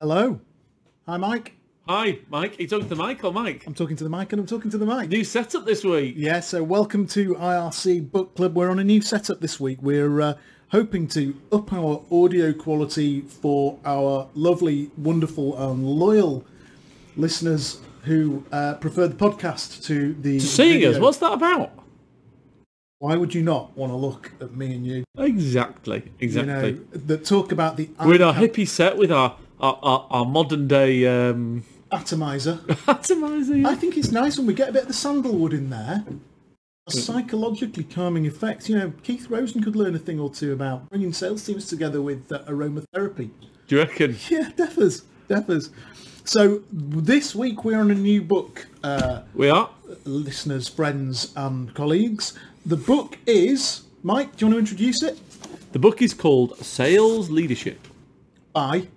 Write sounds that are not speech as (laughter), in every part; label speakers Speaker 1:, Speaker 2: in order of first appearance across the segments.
Speaker 1: Hello. Hi, Mike.
Speaker 2: Hi, Mike. Are you talking to Mike or Mike?
Speaker 1: I'm talking to the mic and I'm talking to the mic.
Speaker 2: New setup this week.
Speaker 1: Yeah, so welcome to IRC Book Club. We're on a new setup this week. We're uh, hoping to up our audio quality for our lovely, wonderful, and loyal listeners who uh, prefer the podcast to the
Speaker 2: To seeing us.
Speaker 1: video.
Speaker 2: What's that about?
Speaker 1: Why would you not want to look at me and you?
Speaker 2: Exactly.
Speaker 1: You
Speaker 2: Exactly.
Speaker 1: know, uh, that talk about the
Speaker 2: We're in our
Speaker 1: atom-
Speaker 2: hippie set with our our, our, our modern day
Speaker 1: (laughs)
Speaker 2: um,
Speaker 1: atomizer.
Speaker 2: atomizer.
Speaker 1: I think it's nice when we get a bit of the sandalwood in there. A psychologically calming effect. You know, Keith Rosen could learn a thing or two about bringing sales teams together with uh, aromatherapy.
Speaker 2: Do you reckon?
Speaker 1: Yeah, deafers, deafers. So this week we're on a new book, uh,
Speaker 2: We are.
Speaker 1: listeners, friends, and colleagues. The book is Mike. Do you want to introduce it?
Speaker 2: The book is called Sales Leadership.
Speaker 1: By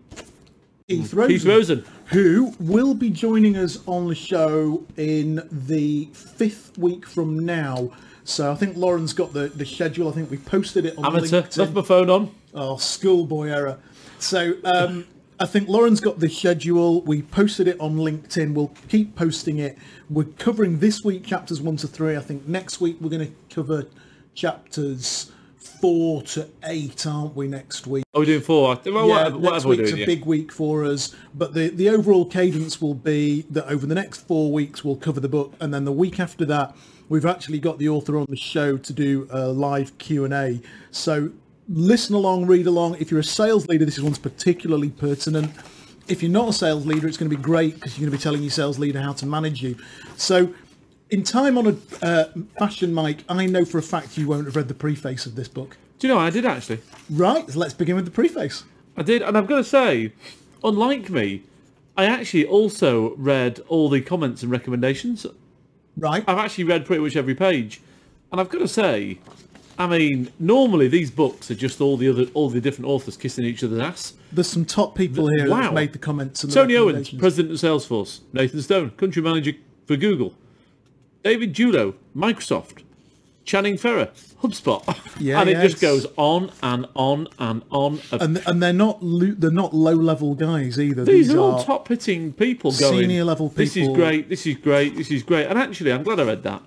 Speaker 1: Keith
Speaker 2: Keith
Speaker 1: Rosen.
Speaker 2: Rosen.
Speaker 1: who will be joining us on the show in the fifth week from now. So I think Lauren's got the, the schedule. I think we posted it on
Speaker 2: Amateur. Left
Speaker 1: LinkedIn.
Speaker 2: my phone on.
Speaker 1: Oh, schoolboy error. So um, I think Lauren's got the schedule. We posted it on LinkedIn. We'll keep posting it. We're covering this week chapters one to three. I think next week we're going to cover chapters four to eight, aren't we? Next week.
Speaker 2: Are we doing four? Well,
Speaker 1: Yeah,
Speaker 2: whatever,
Speaker 1: next
Speaker 2: whatever we're
Speaker 1: week's
Speaker 2: doing.
Speaker 1: a
Speaker 2: yeah.
Speaker 1: big week for us, but the the overall cadence will be that over the next four weeks we'll cover the book, and then the week after that we've actually got the author on the show to do a live Q and A. So listen along, read along. If you're a sales leader, this one's particularly pertinent. If you're not a sales leader, it's going to be great because you're going to be telling your sales leader how to manage you. So. In time on a uh, fashion, Mike, I know for a fact you won't have read the preface of this book.
Speaker 2: Do you know, I did actually.
Speaker 1: Right, so let's begin with the preface.
Speaker 2: I did, and I've got to say, unlike me, I actually also read all the comments and recommendations.
Speaker 1: Right.
Speaker 2: I've actually read pretty much every page, and I've got to say, I mean, normally these books are just all the other, all the different authors kissing each other's ass.
Speaker 1: There's some top people here that
Speaker 2: Wow.
Speaker 1: have made the comments. And the
Speaker 2: Tony Owens,
Speaker 1: recommendations.
Speaker 2: president of Salesforce. Nathan Stone, country manager for Google. David Julo, Microsoft. Channing Ferrer, HubSpot. (laughs)
Speaker 1: Yeah,
Speaker 2: and it
Speaker 1: yeah,
Speaker 2: just
Speaker 1: it's-
Speaker 2: goes on and on and on.
Speaker 1: and and they're not lo- they're not low level guys either.
Speaker 2: These are all top hitting people going.
Speaker 1: senior level
Speaker 2: This is
Speaker 1: people."
Speaker 2: great. This is great. This is great. And actually, I'm glad I read that.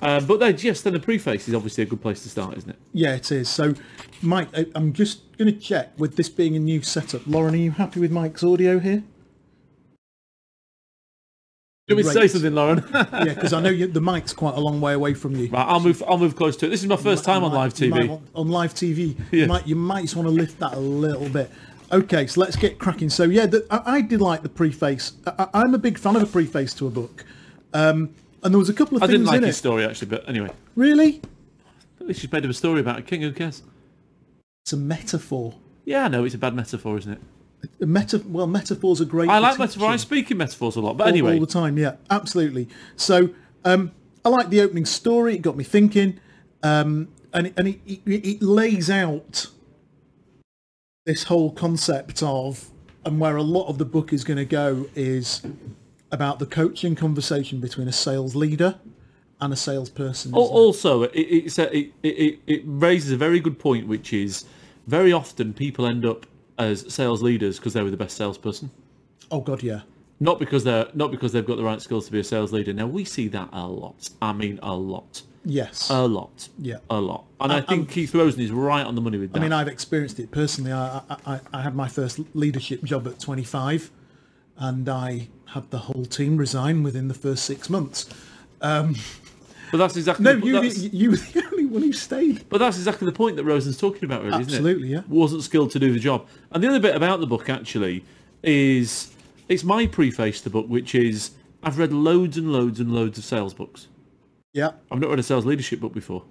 Speaker 2: Um, but then, yes, then the preface is obviously a good place to start, isn't it?
Speaker 1: Yeah, it is. So, Mike, I, I'm just going to check with this being a new setup. Lauren, are you happy with Mike's audio here?
Speaker 2: Do we say
Speaker 1: Great. (laughs)
Speaker 2: something, Lauren? right,
Speaker 1: yeah, because I know you, the mic's quite a long way away from you.
Speaker 2: I'll move. I'll move close to it. This is my first time
Speaker 1: You
Speaker 2: on
Speaker 1: might-
Speaker 2: live
Speaker 1: you might
Speaker 2: TV.
Speaker 1: want- on live TV,
Speaker 2: Yeah.
Speaker 1: you might you might just want to lift that a little bit. Okay, so let's get cracking. So yeah, the, I, I did like the preface. I, I- I'm a big fan of a preface to a book, um, and there was a couple of
Speaker 2: I
Speaker 1: things
Speaker 2: didn't like
Speaker 1: in
Speaker 2: his
Speaker 1: it.
Speaker 2: story actually, but anyway,
Speaker 1: Really,
Speaker 2: at least she's made up a story about a king. Who cares?
Speaker 1: it's a metaphor.
Speaker 2: Yeah, I know it's a bad metaphor, isn't it?
Speaker 1: A Meta- well, metaphors are great.
Speaker 2: I
Speaker 1: for
Speaker 2: like metaphor. I
Speaker 1: teaching
Speaker 2: speak in metaphors a lot, but
Speaker 1: all-
Speaker 2: anyway,
Speaker 1: all the time. Yeah, absolutely. So um, I like the opening story. It got me thinking, um, and it, and it, it, it lays out this whole concept of and where a lot of the book is going to go is about the coaching conversation between a sales leader and a salesperson.
Speaker 2: Al-
Speaker 1: isn't it?
Speaker 2: Also, it, it's a, it, it, it- it raises a very good point, which is very often people end up as sales leaders because they were the best salesperson,
Speaker 1: oh God, yeah.
Speaker 2: not because they're not because they've got the right skills to be a sales leader. Now we see that a lot. I mean, a lot,
Speaker 1: Yes.
Speaker 2: a lot,
Speaker 1: Yeah.
Speaker 2: a lot. And I think Keith Rosen is right on the money with that.
Speaker 1: I mean, I've experienced it personally. I, I, I- I had my first leadership job at 25, and I had the whole team resign within the first six months.
Speaker 2: but that's exactly
Speaker 1: No,
Speaker 2: the,
Speaker 1: you,
Speaker 2: that's,
Speaker 1: you were the (laughs) only one who stayed.
Speaker 2: But that's exactly the point that Rosen's talking about, really,
Speaker 1: Absolutely,
Speaker 2: isn't
Speaker 1: yeah.
Speaker 2: it? Wasn't skilled to do the job. And the other bit about the book, actually, is it's my preface to the book, which is I've read loads and loads and loads of sales books.
Speaker 1: Yeah.
Speaker 2: I've not read a sales leadership book before.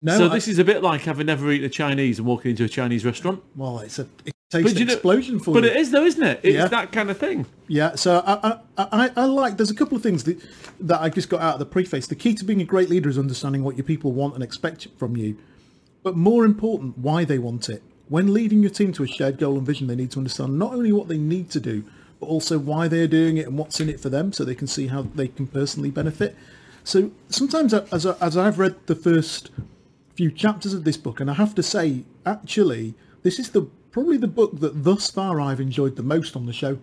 Speaker 1: No.
Speaker 2: so
Speaker 1: Oh, I-
Speaker 2: this is a bit like having never eaten a Chinese and walking into a Chinese restaurant.
Speaker 1: well, it's a it takes
Speaker 2: But
Speaker 1: an
Speaker 2: you know-
Speaker 1: explosion for
Speaker 2: But
Speaker 1: you.
Speaker 2: it is, though, isn't it? It's
Speaker 1: Yeah.
Speaker 2: that kind of thing.
Speaker 1: Yeah, so I, I, I, I like. There's a couple of things that that I just got out of the preface. The key to being a great leader is understanding what your people want and expect from you, but more important, why they want it. When leading your team to a shared goal and vision, they need to understand not only what they need to do, but also why they are doing it and what's in it for them, so they can see how they can personally benefit. So sometimes, I- as I, as I've read the first few chapters of this book, and I have to say, actually, this is the probably the book that thus far I've enjoyed the most on the show.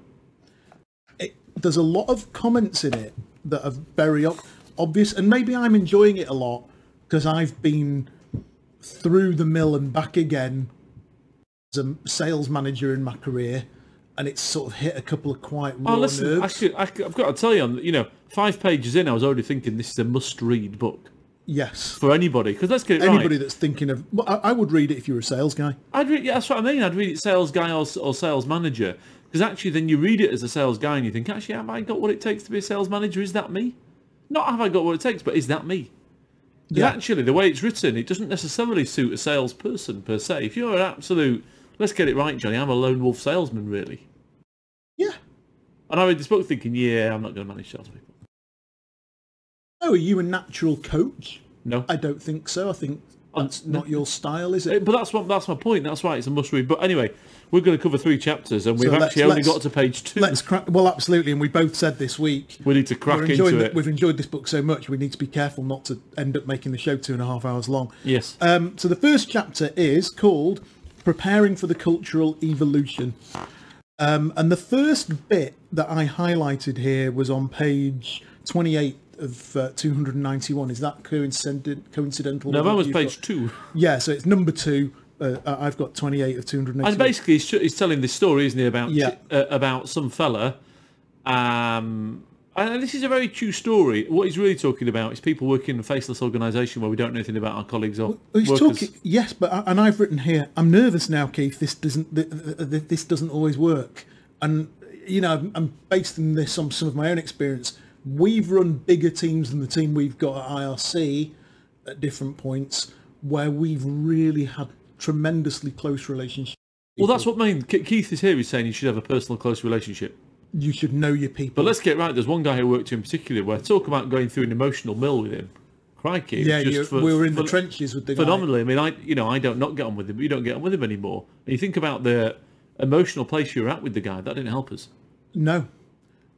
Speaker 1: It, there's a lot of comments in it that are very ob- obvious, and maybe I'm enjoying it a lot because I've been through the mill and back again as a sales manager in my career, and it's sort of hit a couple of quite raw
Speaker 2: Oh, listen, I
Speaker 1: nerves.
Speaker 2: should, I, have got to tell you, I'm- you know, five pages in, I was already thinking this is a must-read book
Speaker 1: yes,
Speaker 2: for anybody. Because let's get it
Speaker 1: anybody
Speaker 2: right.
Speaker 1: that's thinking of, well, I, I would read it if you were a sales guy.
Speaker 2: I'd read, yeah, that's what I mean. I'd read it sales guy or, or sales manager. Because actually, then you read it as a sales guy and you think, actually, have I got what it takes to be a sales manager? Is that me? Not have I got what it takes, but is that me? 'Cause
Speaker 1: Yeah.
Speaker 2: actually, the way it's written, it doesn't necessarily suit a salesperson per se. If you're an absolute, let's get it right, Johnny, I'm a lone wolf salesman, really.
Speaker 1: Yeah.
Speaker 2: And I read this book thinking, yeah, I'm not going to manage salespeople.
Speaker 1: Oh, are you a natural coach?
Speaker 2: No.
Speaker 1: I don't think so. I think
Speaker 2: Um,
Speaker 1: that's not your style, is
Speaker 2: Uh,
Speaker 1: it?
Speaker 2: But that's what that's my point. That's why it's a must read. But anyway, we're going to cover three chapters, and we've
Speaker 1: let's-
Speaker 2: actually only
Speaker 1: let's-
Speaker 2: got to page 2
Speaker 1: Let's crack. Well, absolutely, and we both said this week
Speaker 2: we need to
Speaker 1: we're
Speaker 2: crack
Speaker 1: enjoying
Speaker 2: into
Speaker 1: the-
Speaker 2: it.
Speaker 1: We've enjoyed this book so much, we need to be careful not to end up making the show two and a half hours long.
Speaker 2: Yes.
Speaker 1: Um, so the first chapter is called "Preparing for the Cultural Evolution," um, and the first bit that I highlighted here was on page twenty-eight of uh, two hundred and ninety-one. Is that coincident, coincidental?
Speaker 2: no,
Speaker 1: with what
Speaker 2: mine was
Speaker 1: you've
Speaker 2: page
Speaker 1: got?
Speaker 2: two.
Speaker 1: Yeah, so it's number two. Uh, I- I've got twenty-eight of two hundred
Speaker 2: And
Speaker 1: ninety-one.
Speaker 2: basically, he's, he's telling this story, isn't he, about
Speaker 1: Yeah.
Speaker 2: uh, about some fella. Um, and this is a very true story. What he's really talking about is people working in a faceless organisation where we don't know anything about our colleagues or
Speaker 1: Well, He's
Speaker 2: workers.
Speaker 1: talking, yes, but I, and I've written here. I'm nervous now, Keith. This doesn't th- th- th- this doesn't always work, and you know I'm, I'm basing this on some of my own experience. We've run bigger teams than the team we've got at IRC at different points where we've really had tremendously close relationships.
Speaker 2: Well, that's what I mean. Ke- Keith is here. He's saying you should have a personal, close relationship.
Speaker 1: You should know your people.
Speaker 2: But let's get right. There's one guy who worked in particular where talk about going through an emotional mill with him. Crikey! it was
Speaker 1: yeah,
Speaker 2: just
Speaker 1: you
Speaker 2: ph-
Speaker 1: we were in the
Speaker 2: ph-
Speaker 1: trenches with the guy.
Speaker 2: Phenomenally. I mean, I you know I don't not get on with him. but You don't get on with him anymore. And you think about the emotional place you're at with the guy. That didn't help us.
Speaker 1: No,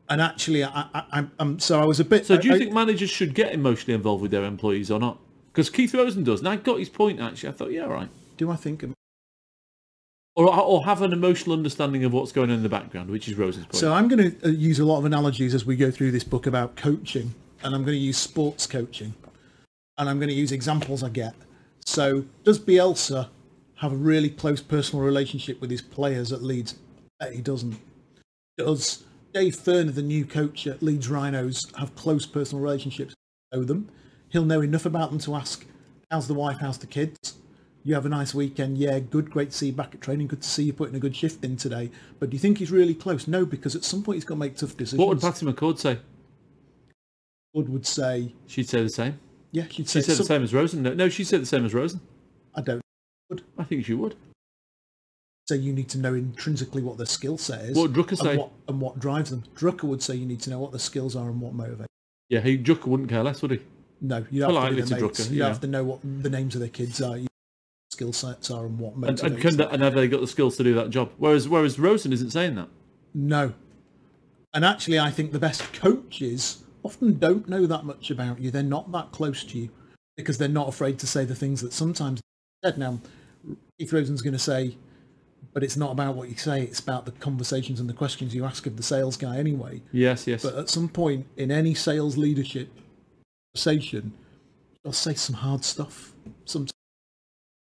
Speaker 1: and actually, I, I, I'm- I'm so I was a bit.
Speaker 2: So do you
Speaker 1: I- I-
Speaker 2: think managers should get emotionally involved with their employees or not? Because Keith Rosen does, and I got his point actually. I thought, yeah, all right.
Speaker 1: do I think?
Speaker 2: Or, or have an emotional understanding of what's going on in the background, which is Rosen's point.
Speaker 1: So I'm going to use a lot of analogies as we go through this book about coaching, and I'm going to use sports coaching, and I'm going to use examples I get. So does Bielsa have a really close personal relationship with his players at Leeds? I bet he doesn't. Does Dave Ferner, the new coach at Leeds Rhinos, have close personal relationships? Know them. He'll know enough about them to ask, "How's the wife? How's the kids?" you have a nice weekend. Yeah, good, great to see you back at training. Good to see you putting a good shift in today. But do you think he's really close? No, because at some point he's got to make tough decisions.
Speaker 2: what would Patty McCord say?
Speaker 1: Wood would say,
Speaker 2: She'd say the same.
Speaker 1: yeah, she'd
Speaker 2: She
Speaker 1: say,
Speaker 2: said the
Speaker 1: some-
Speaker 2: same as Rosen. No, no, she said the same as Rosen.
Speaker 1: I don't
Speaker 2: I think she would.
Speaker 1: say you need to know intrinsically what their skill set is.
Speaker 2: What would Drucker
Speaker 1: and
Speaker 2: say?
Speaker 1: What, and what drives them. Drucker would say you need to know what their skills are and what motivates.
Speaker 2: Yeah, he Drucker wouldn't care less, would he?
Speaker 1: No, you have to, be
Speaker 2: Politely to
Speaker 1: their mates.
Speaker 2: Drucker,
Speaker 1: You
Speaker 2: yeah.
Speaker 1: have to know what the names of their kids are, you- skill sets are, and what
Speaker 2: And,
Speaker 1: motivates.
Speaker 2: and, can,
Speaker 1: them.
Speaker 2: and have they got the skills to do that job? Whereas whereas Rosen isn't saying that.
Speaker 1: No. And actually, I think the best coaches often don't know that much about you. They're not that close to you because they're not afraid to say the things that sometimes they're said. Now, Keith Rosen's going to say, but it's not about what you say, it's about the conversations and the questions you ask of the sales guy anyway.
Speaker 2: Yes, yes.
Speaker 1: But uh, at some point in any sales leadership conversation, they'll say some hard stuff. Sometimes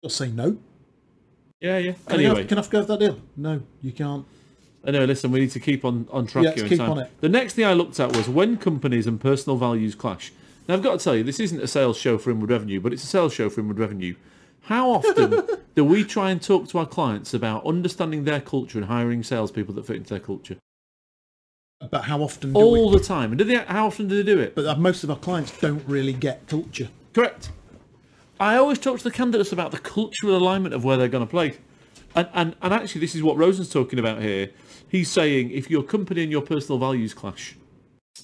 Speaker 1: they'll say, no.
Speaker 2: yeah, yeah.
Speaker 1: Can, I,
Speaker 2: Anyway,
Speaker 1: have, can I have go with that deal? No, you can't.
Speaker 2: anyway, listen, we need to keep on, on track
Speaker 1: Yeah,
Speaker 2: here. in
Speaker 1: keep
Speaker 2: time.
Speaker 1: on it.
Speaker 2: The next thing I looked at was when companies and personal values clash. Now, I've got to tell you, this isn't a sales show for inward revenue, but it's a sales show for inward revenue. How
Speaker 1: (laughs)
Speaker 2: often do we try and talk to our clients about understanding their culture and hiring salespeople that fit into their culture?
Speaker 1: But how often do we?
Speaker 2: All the time. And do they, how often do they do it?
Speaker 1: but uh, most of our clients don't really get culture.
Speaker 2: Correct. I always talk to the candidates about the cultural alignment of where they're going to play. And, and, and actually, this is what Rosen's talking about here. He's saying if your company and your personal values clash,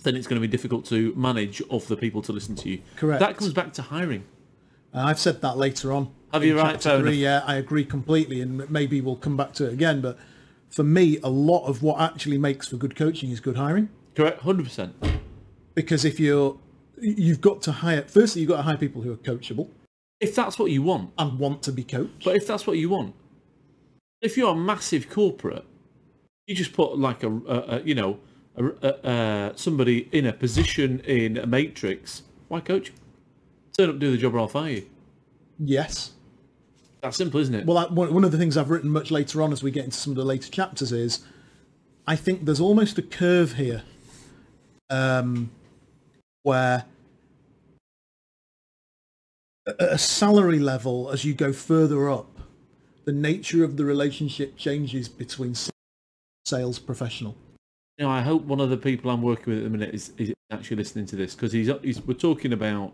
Speaker 2: then it's going to be difficult to manage or for the people to listen to you.
Speaker 1: Correct.
Speaker 2: That comes back to hiring.
Speaker 1: Uh, I've said that later on.
Speaker 2: Have
Speaker 1: in
Speaker 2: you? Right,
Speaker 1: chapter
Speaker 2: fair
Speaker 1: three, yeah, I agree completely, and maybe we'll come back to it again. But for me, a lot of what actually makes for good coaching is good hiring,
Speaker 2: Correct. 100%.
Speaker 1: because if you're, you've got to hire. Firstly, you've got to hire people who are coachable
Speaker 2: If that's what you want.
Speaker 1: and want to be coached.
Speaker 2: But if that's what you want, if you're a massive corporate, you just put like a, a, a you know a, a, a, somebody in a position in a matrix. Why coach? Turn up, do the job, or I'll fire you.
Speaker 1: Yes.
Speaker 2: That's simple, isn't it?
Speaker 1: Well, I, one one of the things I've written much later on as we get into some of the later chapters is I think there's almost a curve here um, where at a salary level, as you go further up, the nature of the relationship changes between sales professional.
Speaker 2: Now, I hope one of the people I'm working with at the minute is, is actually listening to this because he's, he's we're talking about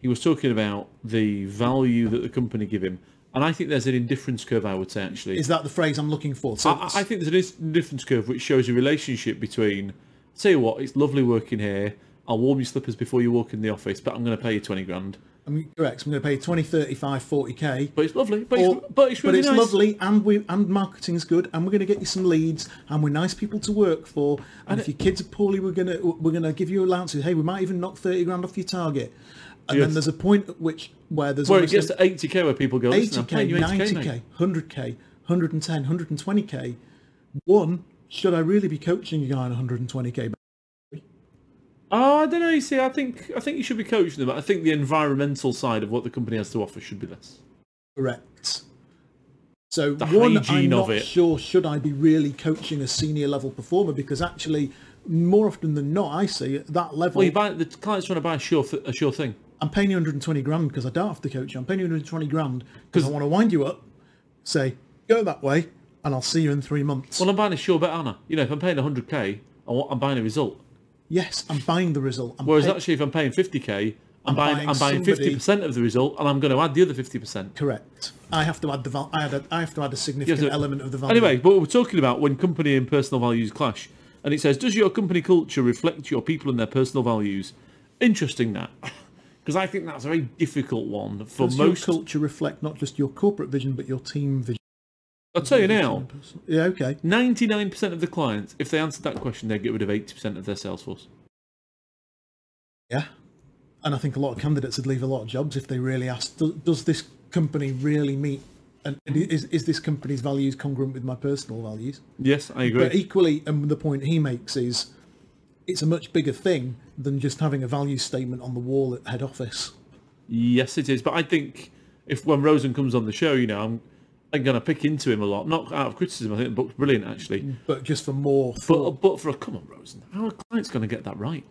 Speaker 2: he was talking about the value that the company give him, and I think there's an indifference curve. I would say actually,
Speaker 1: Is that the phrase I'm looking for? So
Speaker 2: I, I think there's an is- indifference curve which shows a relationship between. Tell you what, it's lovely working here. I'll warm your slippers before you walk in the office, but I'm going to pay you twenty grand.
Speaker 1: I'm correct. I'm going to pay 20, 35, 40k.
Speaker 2: But it's lovely. But
Speaker 1: Or-
Speaker 2: it's, but it's really nice.
Speaker 1: lovely, and we and marketing's good, and we're going to get you some leads, and we're nice people to work for. And, if your kids are poorly, we're gonna we're gonna give you allowances. Hey, we might even knock thirty grand off your target. And then
Speaker 2: Yes.
Speaker 1: there's a point at which where there's
Speaker 2: Where it
Speaker 1: almost
Speaker 2: gets
Speaker 1: a
Speaker 2: to 80k, where people go, listen, I'm
Speaker 1: 80k,
Speaker 2: paying you 80k, mate.
Speaker 1: 90k, 100k, 110, 120k. One, should I really be coaching a guy on 120k?
Speaker 2: Oh, I don't know. You see, I think I think you should be coaching them. I think the environmental side of what the company has to offer should be less.
Speaker 1: Correct. So
Speaker 2: The
Speaker 1: one, I'm
Speaker 2: hygiene
Speaker 1: not
Speaker 2: of it.
Speaker 1: sure should I be really coaching a senior level performer because actually, more often than not, I see at that level,
Speaker 2: Well, you buy the client's trying to buy a sure th- a sure thing.
Speaker 1: I'm paying you 120 grand because I don't have to coach you. I'm paying you 120 grand because I want to wind you up, say go that way, and I'll see you in three months.
Speaker 2: Well, I'm buying a sure bet, aren't I? You know, if I'm paying 100k, I want, I'm buying a result.
Speaker 1: yes, I'm buying the result. I'm
Speaker 2: Whereas
Speaker 1: paying-
Speaker 2: actually, if I'm paying 50k, I'm, buying,
Speaker 1: buying
Speaker 2: I'm buying
Speaker 1: somebody-
Speaker 2: 50% of the result, and I'm going to add the other 50%.
Speaker 1: correct. I have to add the val- I, had a, I have to add a significant
Speaker 2: so-
Speaker 1: element of the value.
Speaker 2: Anyway, but we're talking about when company and personal values clash, and it says, does your company culture reflect your people and their personal values? Interesting that, because I think that's a very difficult one for
Speaker 1: does
Speaker 2: most.
Speaker 1: your culture reflect not just your corporate vision but your team vision?
Speaker 2: I'll tell you now,
Speaker 1: Yeah, okay.
Speaker 2: 99% of the clients, if they answered that question, they'd get rid of 80% of their sales force.
Speaker 1: Yeah. And I think a lot of candidates would leave a lot of jobs if they really asked, "Do- does this company really meet and and is, is this company's values congruent with my personal values?
Speaker 2: Yes, I
Speaker 1: But
Speaker 2: agree.
Speaker 1: equally, and the point he makes is it's a much bigger thing than just having a value statement on the wall at head office.
Speaker 2: Yes, it is. But I think if when Rosen comes on the show, you know, I'm, I'm going to pick into him a lot. Not out of criticism. I think the book's brilliant, actually.
Speaker 1: But just for more
Speaker 2: But
Speaker 1: thought.
Speaker 2: but for a come on, Rosen, how are clients going to get that right?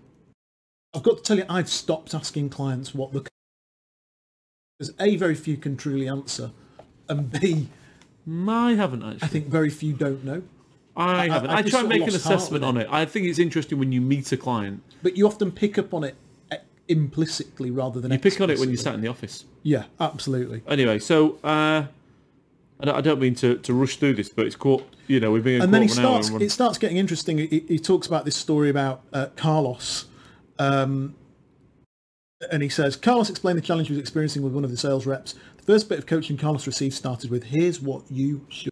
Speaker 1: I've got to tell you, I've stopped asking clients what the. Because A, very few can truly answer. And B,
Speaker 2: I haven't
Speaker 1: I
Speaker 2: actually.
Speaker 1: think very few don't know.
Speaker 2: I,
Speaker 1: I-
Speaker 2: haven't.
Speaker 1: I
Speaker 2: I,
Speaker 1: just
Speaker 2: try
Speaker 1: sort
Speaker 2: and
Speaker 1: of
Speaker 2: make an
Speaker 1: lost heart
Speaker 2: assessment
Speaker 1: with
Speaker 2: on it. I think it's interesting when you meet a client.
Speaker 1: But you often pick up on it eh, implicitly rather than
Speaker 2: You pick on it when you sat in the office.
Speaker 1: Yeah, absolutely.
Speaker 2: Anyway, so uh, I don't- I don't mean to, to rush through this, but it's caught. You know, we've been a
Speaker 1: And then he
Speaker 2: quarter of an hour
Speaker 1: starts.
Speaker 2: and we're-
Speaker 1: It starts getting interesting. He, he talks about this story about uh, Carlos, um, and he says Carlos explained the challenge he was experiencing with one of the sales reps. The first bit of coaching Carlos received started with, "Here's what you should."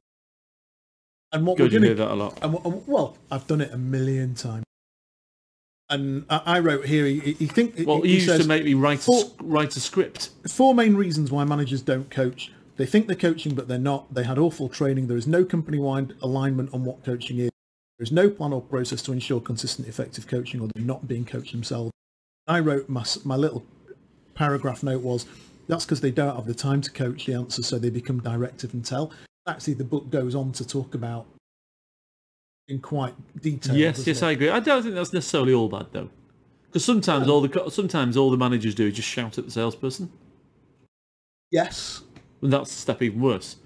Speaker 1: And what
Speaker 2: Good,
Speaker 1: we're
Speaker 2: you
Speaker 1: going
Speaker 2: hear
Speaker 1: to
Speaker 2: that a lot.
Speaker 1: And, w- and well, I've done it a million times. And I, I wrote here. He, he think
Speaker 2: Well,
Speaker 1: he,
Speaker 2: you
Speaker 1: he
Speaker 2: used
Speaker 1: says,
Speaker 2: to make me write a,
Speaker 1: Well-
Speaker 2: sc- write a script.
Speaker 1: four main reasons why managers don't coach. They think they're coaching, but they're not. They had awful training. There is no company-wide alignment on what coaching is. There is no plan or process to ensure consistent, effective coaching, or they're not being coached themselves. I wrote my, s- my little paragraph note was, that's because they don't have the time to coach the answer, so they become directive and tell. Actually, the book goes on to talk about in quite detail.
Speaker 2: Yes,
Speaker 1: doesn't
Speaker 2: yes,
Speaker 1: it?
Speaker 2: I agree. I don't think that's necessarily all bad though, because sometimes all the co- sometimes all the managers do is just shout at the salesperson,
Speaker 1: yes.
Speaker 2: and that's a step even worse.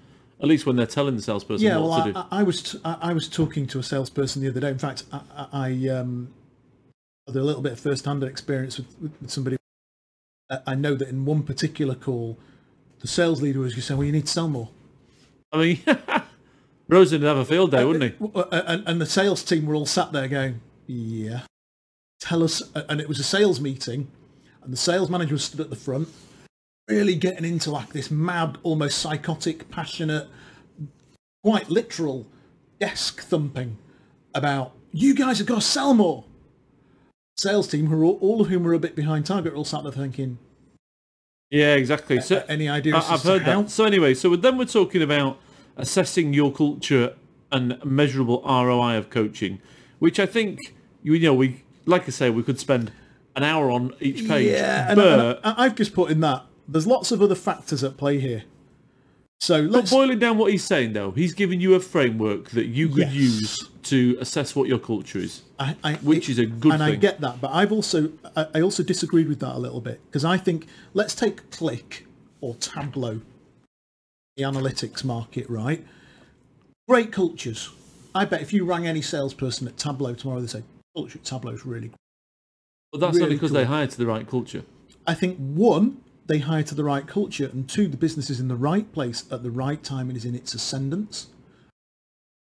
Speaker 2: At least when they're telling the salesperson
Speaker 1: Yeah,
Speaker 2: what
Speaker 1: well,
Speaker 2: to
Speaker 1: I,
Speaker 2: do.
Speaker 1: I- I was t- I I was talking to a salesperson the other day. In fact, I, I I, um, had a little bit of first-hand experience with, with, with somebody. I- I know that in one particular call, the sales leader was just saying, "Well, you need to sell more,"
Speaker 2: I mean, (laughs) Rosen would have a field day, wouldn't he?
Speaker 1: W- w- and, and the sales team were all sat there going, "Yeah, tell us." uh, And it was a sales meeting, and the sales manager was stood at the front, really getting into like this mad, almost psychotic, passionate, quite literal desk thumping about you guys have got to sell more. Sales team, who are all, all of whom were a bit behind target, were all sat there thinking,
Speaker 2: Yeah, exactly. So
Speaker 1: any idea?
Speaker 2: I,
Speaker 1: as
Speaker 2: I've
Speaker 1: to
Speaker 2: heard
Speaker 1: how-
Speaker 2: that. So anyway, so then we're talking about assessing your culture and measurable ROI of coaching, which I think you know we like I say we could spend an hour on each page.
Speaker 1: Yeah, and,
Speaker 2: but,
Speaker 1: and I, I've just put in that there's lots of other factors at play here. So
Speaker 2: but
Speaker 1: let's
Speaker 2: boiling down what he's saying though, he's giving you a framework that you could
Speaker 1: Yes.
Speaker 2: use to assess what your culture is.
Speaker 1: I, I,
Speaker 2: Which is a good
Speaker 1: and I
Speaker 2: thing.
Speaker 1: get that, but I've also I, I also disagreed with that a little bit because I think let's take Click or Tableau, the analytics market, right? Great cultures. I bet if you rang any salesperson at Tableau tomorrow, they say culture at Tableau is really. Good.
Speaker 2: But that's
Speaker 1: Really
Speaker 2: not because
Speaker 1: cool.
Speaker 2: they hire to the right culture.
Speaker 1: I think one, they hire to the right culture, and two, the business is in the right place at the right time and is in its ascendance.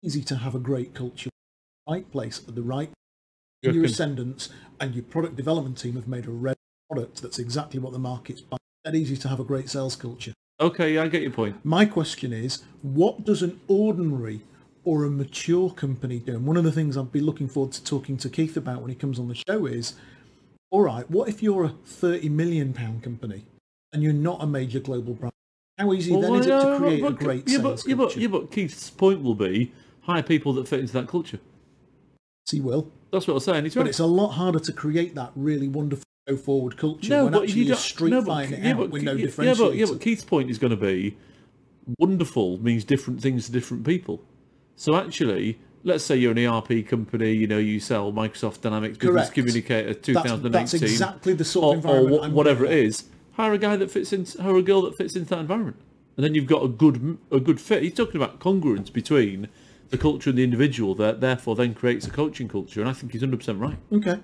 Speaker 1: Easy to have a great culture, right place at the right
Speaker 2: You
Speaker 1: your
Speaker 2: reckon?
Speaker 1: ascendance and your product development team have made a red product that's exactly what the market's buying. That easy to have a great sales culture.
Speaker 2: Okay, yeah, I get your point.
Speaker 1: My question is, what does an ordinary or a mature company do? And one of the things I'd be looking forward to talking to Keith about when he comes on the show is, all right, what if you're a thirty million pound company and you're not a major global brand? How easy then
Speaker 2: Well,
Speaker 1: is it to
Speaker 2: no,
Speaker 1: create
Speaker 2: but-
Speaker 1: a great
Speaker 2: yeah,
Speaker 1: sales
Speaker 2: but, yeah,
Speaker 1: culture?
Speaker 2: but, yeah, but Keith's point will be hire people that fit into that culture.
Speaker 1: See, Will,
Speaker 2: That's what I'm saying. He's
Speaker 1: but
Speaker 2: right.
Speaker 1: it's a lot harder to create that really wonderful go forward culture
Speaker 2: no,
Speaker 1: when
Speaker 2: but
Speaker 1: actually
Speaker 2: you
Speaker 1: you're
Speaker 2: don't,
Speaker 1: street
Speaker 2: no, but,
Speaker 1: fighting it
Speaker 2: yeah,
Speaker 1: out
Speaker 2: but,
Speaker 1: with no
Speaker 2: yeah,
Speaker 1: differentiator.
Speaker 2: Yeah, but, yeah, but Keith's point is going to be wonderful means different things to different people. So actually, let's say you're an ERP company, you know, you sell Microsoft Dynamics Business
Speaker 1: Correct.
Speaker 2: Communicator 2018
Speaker 1: That's, that's exactly the sort
Speaker 2: or,
Speaker 1: of
Speaker 2: or
Speaker 1: environment.
Speaker 2: wha-
Speaker 1: I'm
Speaker 2: whatever it
Speaker 1: looking
Speaker 2: is. Hire a guy that fits into, hire a girl that fits into that environment, and then you've got a good m- a good fit. He's talking about congruence between the culture and the individual that therefore then creates a coaching culture, and I think he's hundred percent right.
Speaker 1: for. Okay.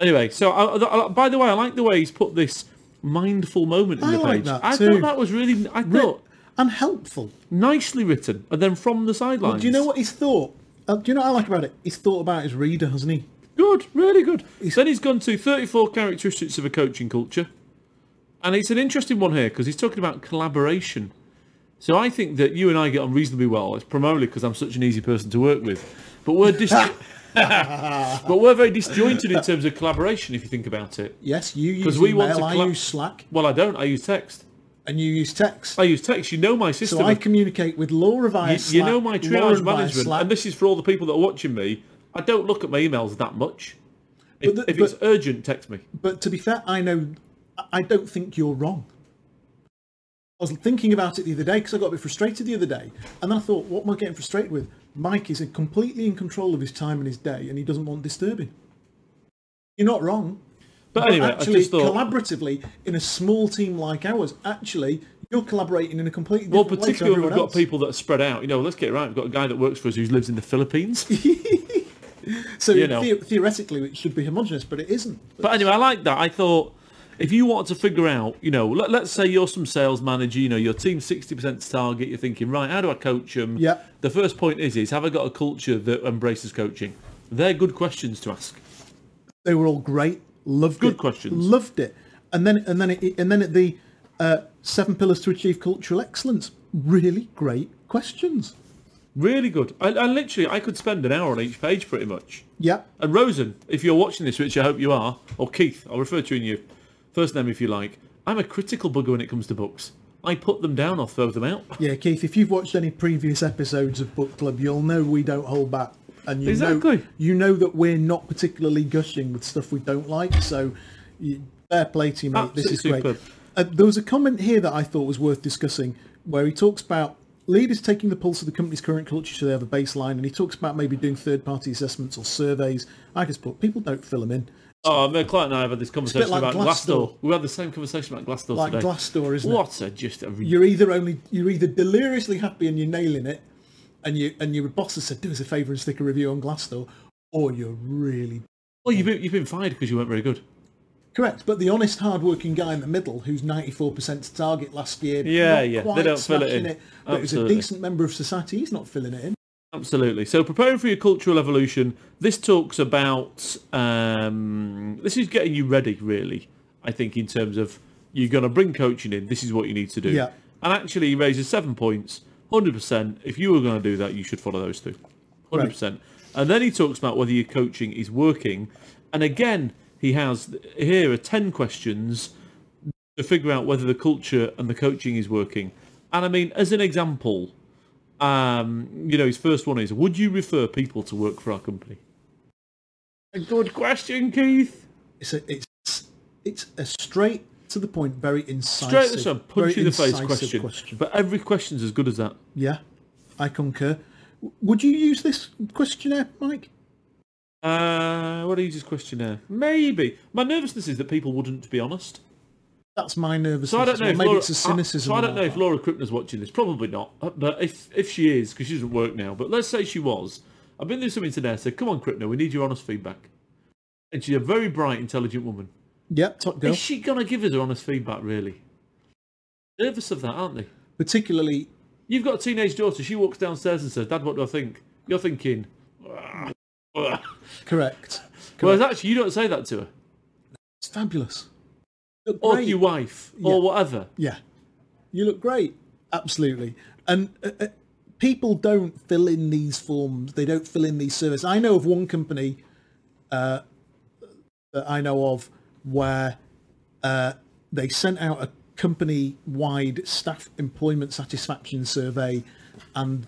Speaker 2: Anyway, so I, I, I- by the way, I like the way he's put this mindful moment in
Speaker 1: I
Speaker 2: the
Speaker 1: like
Speaker 2: page.
Speaker 1: that
Speaker 2: I
Speaker 1: too.
Speaker 2: thought that was really, I thought
Speaker 1: And helpful.
Speaker 2: nicely written, and then from the sidelines.
Speaker 1: Do you know what he's thought? Uh, do you know what I like about it? He's thought about his reader, hasn't he?
Speaker 2: Good, really good. then he's gone to 34 characteristics of a coaching culture. And it's an interesting one here because he's talking about collaboration. So I think that you and I get on reasonably well. It's primarily because I'm such an easy person to work with. But we're dis- (laughs) but we're very disjointed in terms of collaboration if you think about it.
Speaker 1: Yes, you use
Speaker 2: we want
Speaker 1: email,
Speaker 2: to
Speaker 1: I
Speaker 2: collab-
Speaker 1: use Slack,
Speaker 2: Well, I don't. I use text.
Speaker 1: and you use text.
Speaker 2: I use text. You know my system.
Speaker 1: so I communicate with Laura via
Speaker 2: you,
Speaker 1: Slack.
Speaker 2: you know my
Speaker 1: Laura
Speaker 2: triage
Speaker 1: via
Speaker 2: management,
Speaker 1: Slack.
Speaker 2: and this is for all the people that are watching me. I don't look at my emails that much. If,
Speaker 1: But the-
Speaker 2: if it's urgent, text me.
Speaker 1: But to be fair, I know I- I don't think you're wrong. I was thinking about it the other day because I got a bit frustrated the other day, and then I thought, what am I getting frustrated with? Mike is completely in control of his time and his day, and he doesn't want disturbing. You're not wrong.
Speaker 2: But anyway,
Speaker 1: actually,
Speaker 2: I just thought.
Speaker 1: collaboratively, in a small team like ours, actually, you're collaborating in a completely
Speaker 2: well,
Speaker 1: different
Speaker 2: particularly
Speaker 1: way to
Speaker 2: when we've
Speaker 1: everyone
Speaker 2: got people that are spread out. You know, let's get it right. We've got a guy that works for us who lives in the Philippines.
Speaker 1: (laughs) else. So
Speaker 2: you know.
Speaker 1: the- theoretically, it should be homogenous, but it isn't.
Speaker 2: But anyway, I like that. I thought if you wanted to figure out, you know, let, let's say you're some sales manager, you know, your team's 60% to target, you're thinking, right, how do I coach them?
Speaker 1: Yeah.
Speaker 2: The first point is, is have I got a culture that embraces coaching? They're good questions to ask.
Speaker 1: they were all great. Loved
Speaker 2: Good
Speaker 1: it.
Speaker 2: questions.
Speaker 1: Loved it. And then and then it, and then at the uh, seven pillars to achieve cultural excellence. Really great questions.
Speaker 2: Really good. I, I literally, I could spend an hour on each page pretty much.
Speaker 1: Yeah.
Speaker 2: And Rosen, if you're watching this, which I hope you are, or Keith, I'll refer to you in your first name if you like. I'm a critical bugger when it comes to books. I put them down, I'll throw them (laughs) out.
Speaker 1: Yeah, Keith. If you've watched any previous episodes of Book Club, you'll know we don't hold back, and you know
Speaker 2: Exactly.
Speaker 1: you know that we're not particularly gushing with stuff we don't like. So, you, fair play to you, mate. this is
Speaker 2: Absolutely
Speaker 1: great. Uh, there was a comment here that I thought was worth discussing, where he talks about leaders taking the pulse of the company's current culture, so they have a baseline, and he talks about maybe doing third-party assessments or surveys. I just put people don't fill them in.
Speaker 2: Oh, my client and I have had this conversation
Speaker 1: like
Speaker 2: about
Speaker 1: Glassdoor.
Speaker 2: Glassdoor. We had the same conversation about Glassdoor
Speaker 1: Like
Speaker 2: today.
Speaker 1: Glassdoor, isn't it?
Speaker 2: what a just a re-
Speaker 1: you're either only you're either deliriously happy and you're nailing it, and you and your boss has said do us a favour and stick a review on Glassdoor, or you're really
Speaker 2: well, you've been, you've been fired because you weren't very good.
Speaker 1: correct. But the honest, hard-working guy in the middle who's 94 percent to target last year,
Speaker 2: Yeah,
Speaker 1: not
Speaker 2: yeah, they
Speaker 1: quite
Speaker 2: don't fill it
Speaker 1: smashing
Speaker 2: in.
Speaker 1: but he's a
Speaker 2: Absolutely.
Speaker 1: decent member of society. He's not filling it in.
Speaker 2: Absolutely. So preparing for your cultural evolution. This talks about um, this is getting you ready, really. I think in terms of you're going to bring coaching in. This is what you need to do.
Speaker 1: Yeah.
Speaker 2: And actually, he raises seven points. Hundred percent. If you were going to do that, you should follow those two. Hundred percent. And then he talks about whether your coaching is working. And again, he has here are ten questions to figure out whether the culture and the coaching is working. And I mean, as an example, Um, you know, his first one is, would you refer people to work for our company? A good question, Keith.
Speaker 1: It's a, it's it's a straight to the point, very incisive,
Speaker 2: Straight this up,
Speaker 1: very
Speaker 2: punch you in the face
Speaker 1: incisive
Speaker 2: question. But every question's as good as that.
Speaker 1: Yeah, I concur. W- Would you use this questionnaire, Mike?
Speaker 2: Uh, what is his questionnaire? Maybe. My nervousness is that people wouldn't be honest.
Speaker 1: That's my nervousness.
Speaker 2: So I
Speaker 1: as
Speaker 2: don't know.
Speaker 1: well.
Speaker 2: if
Speaker 1: Maybe
Speaker 2: Laura,
Speaker 1: it's a
Speaker 2: I-
Speaker 1: cynicism.
Speaker 2: so I don't
Speaker 1: on
Speaker 2: know
Speaker 1: our
Speaker 2: if
Speaker 1: part.
Speaker 2: Laura Krippner's watching this. Probably not. Uh, But if if she is, because she doesn't work now. But let's say she was. I've been through something today. I said, "Come on, Krippner, we need your honest feedback." And she's a very bright, intelligent woman.
Speaker 1: Yep, top girl.
Speaker 2: Is she gonna give us her honest feedback? Really? Nervous of that, aren't they?
Speaker 1: Particularly,
Speaker 2: You've got a teenage daughter. She walks downstairs and says, "Dad, what do I think?" You're thinking,
Speaker 1: correct.
Speaker 2: whereas actually you don't say that to her
Speaker 1: It's fabulous. You look
Speaker 2: or
Speaker 1: great.
Speaker 2: your wife or whatever.
Speaker 1: Yeah, you look great. Absolutely. And uh, uh, people don't fill in these forms. They don't fill in these services. I know of one company uh, that I know of where uh, they sent out a company-wide staff employment satisfaction survey, and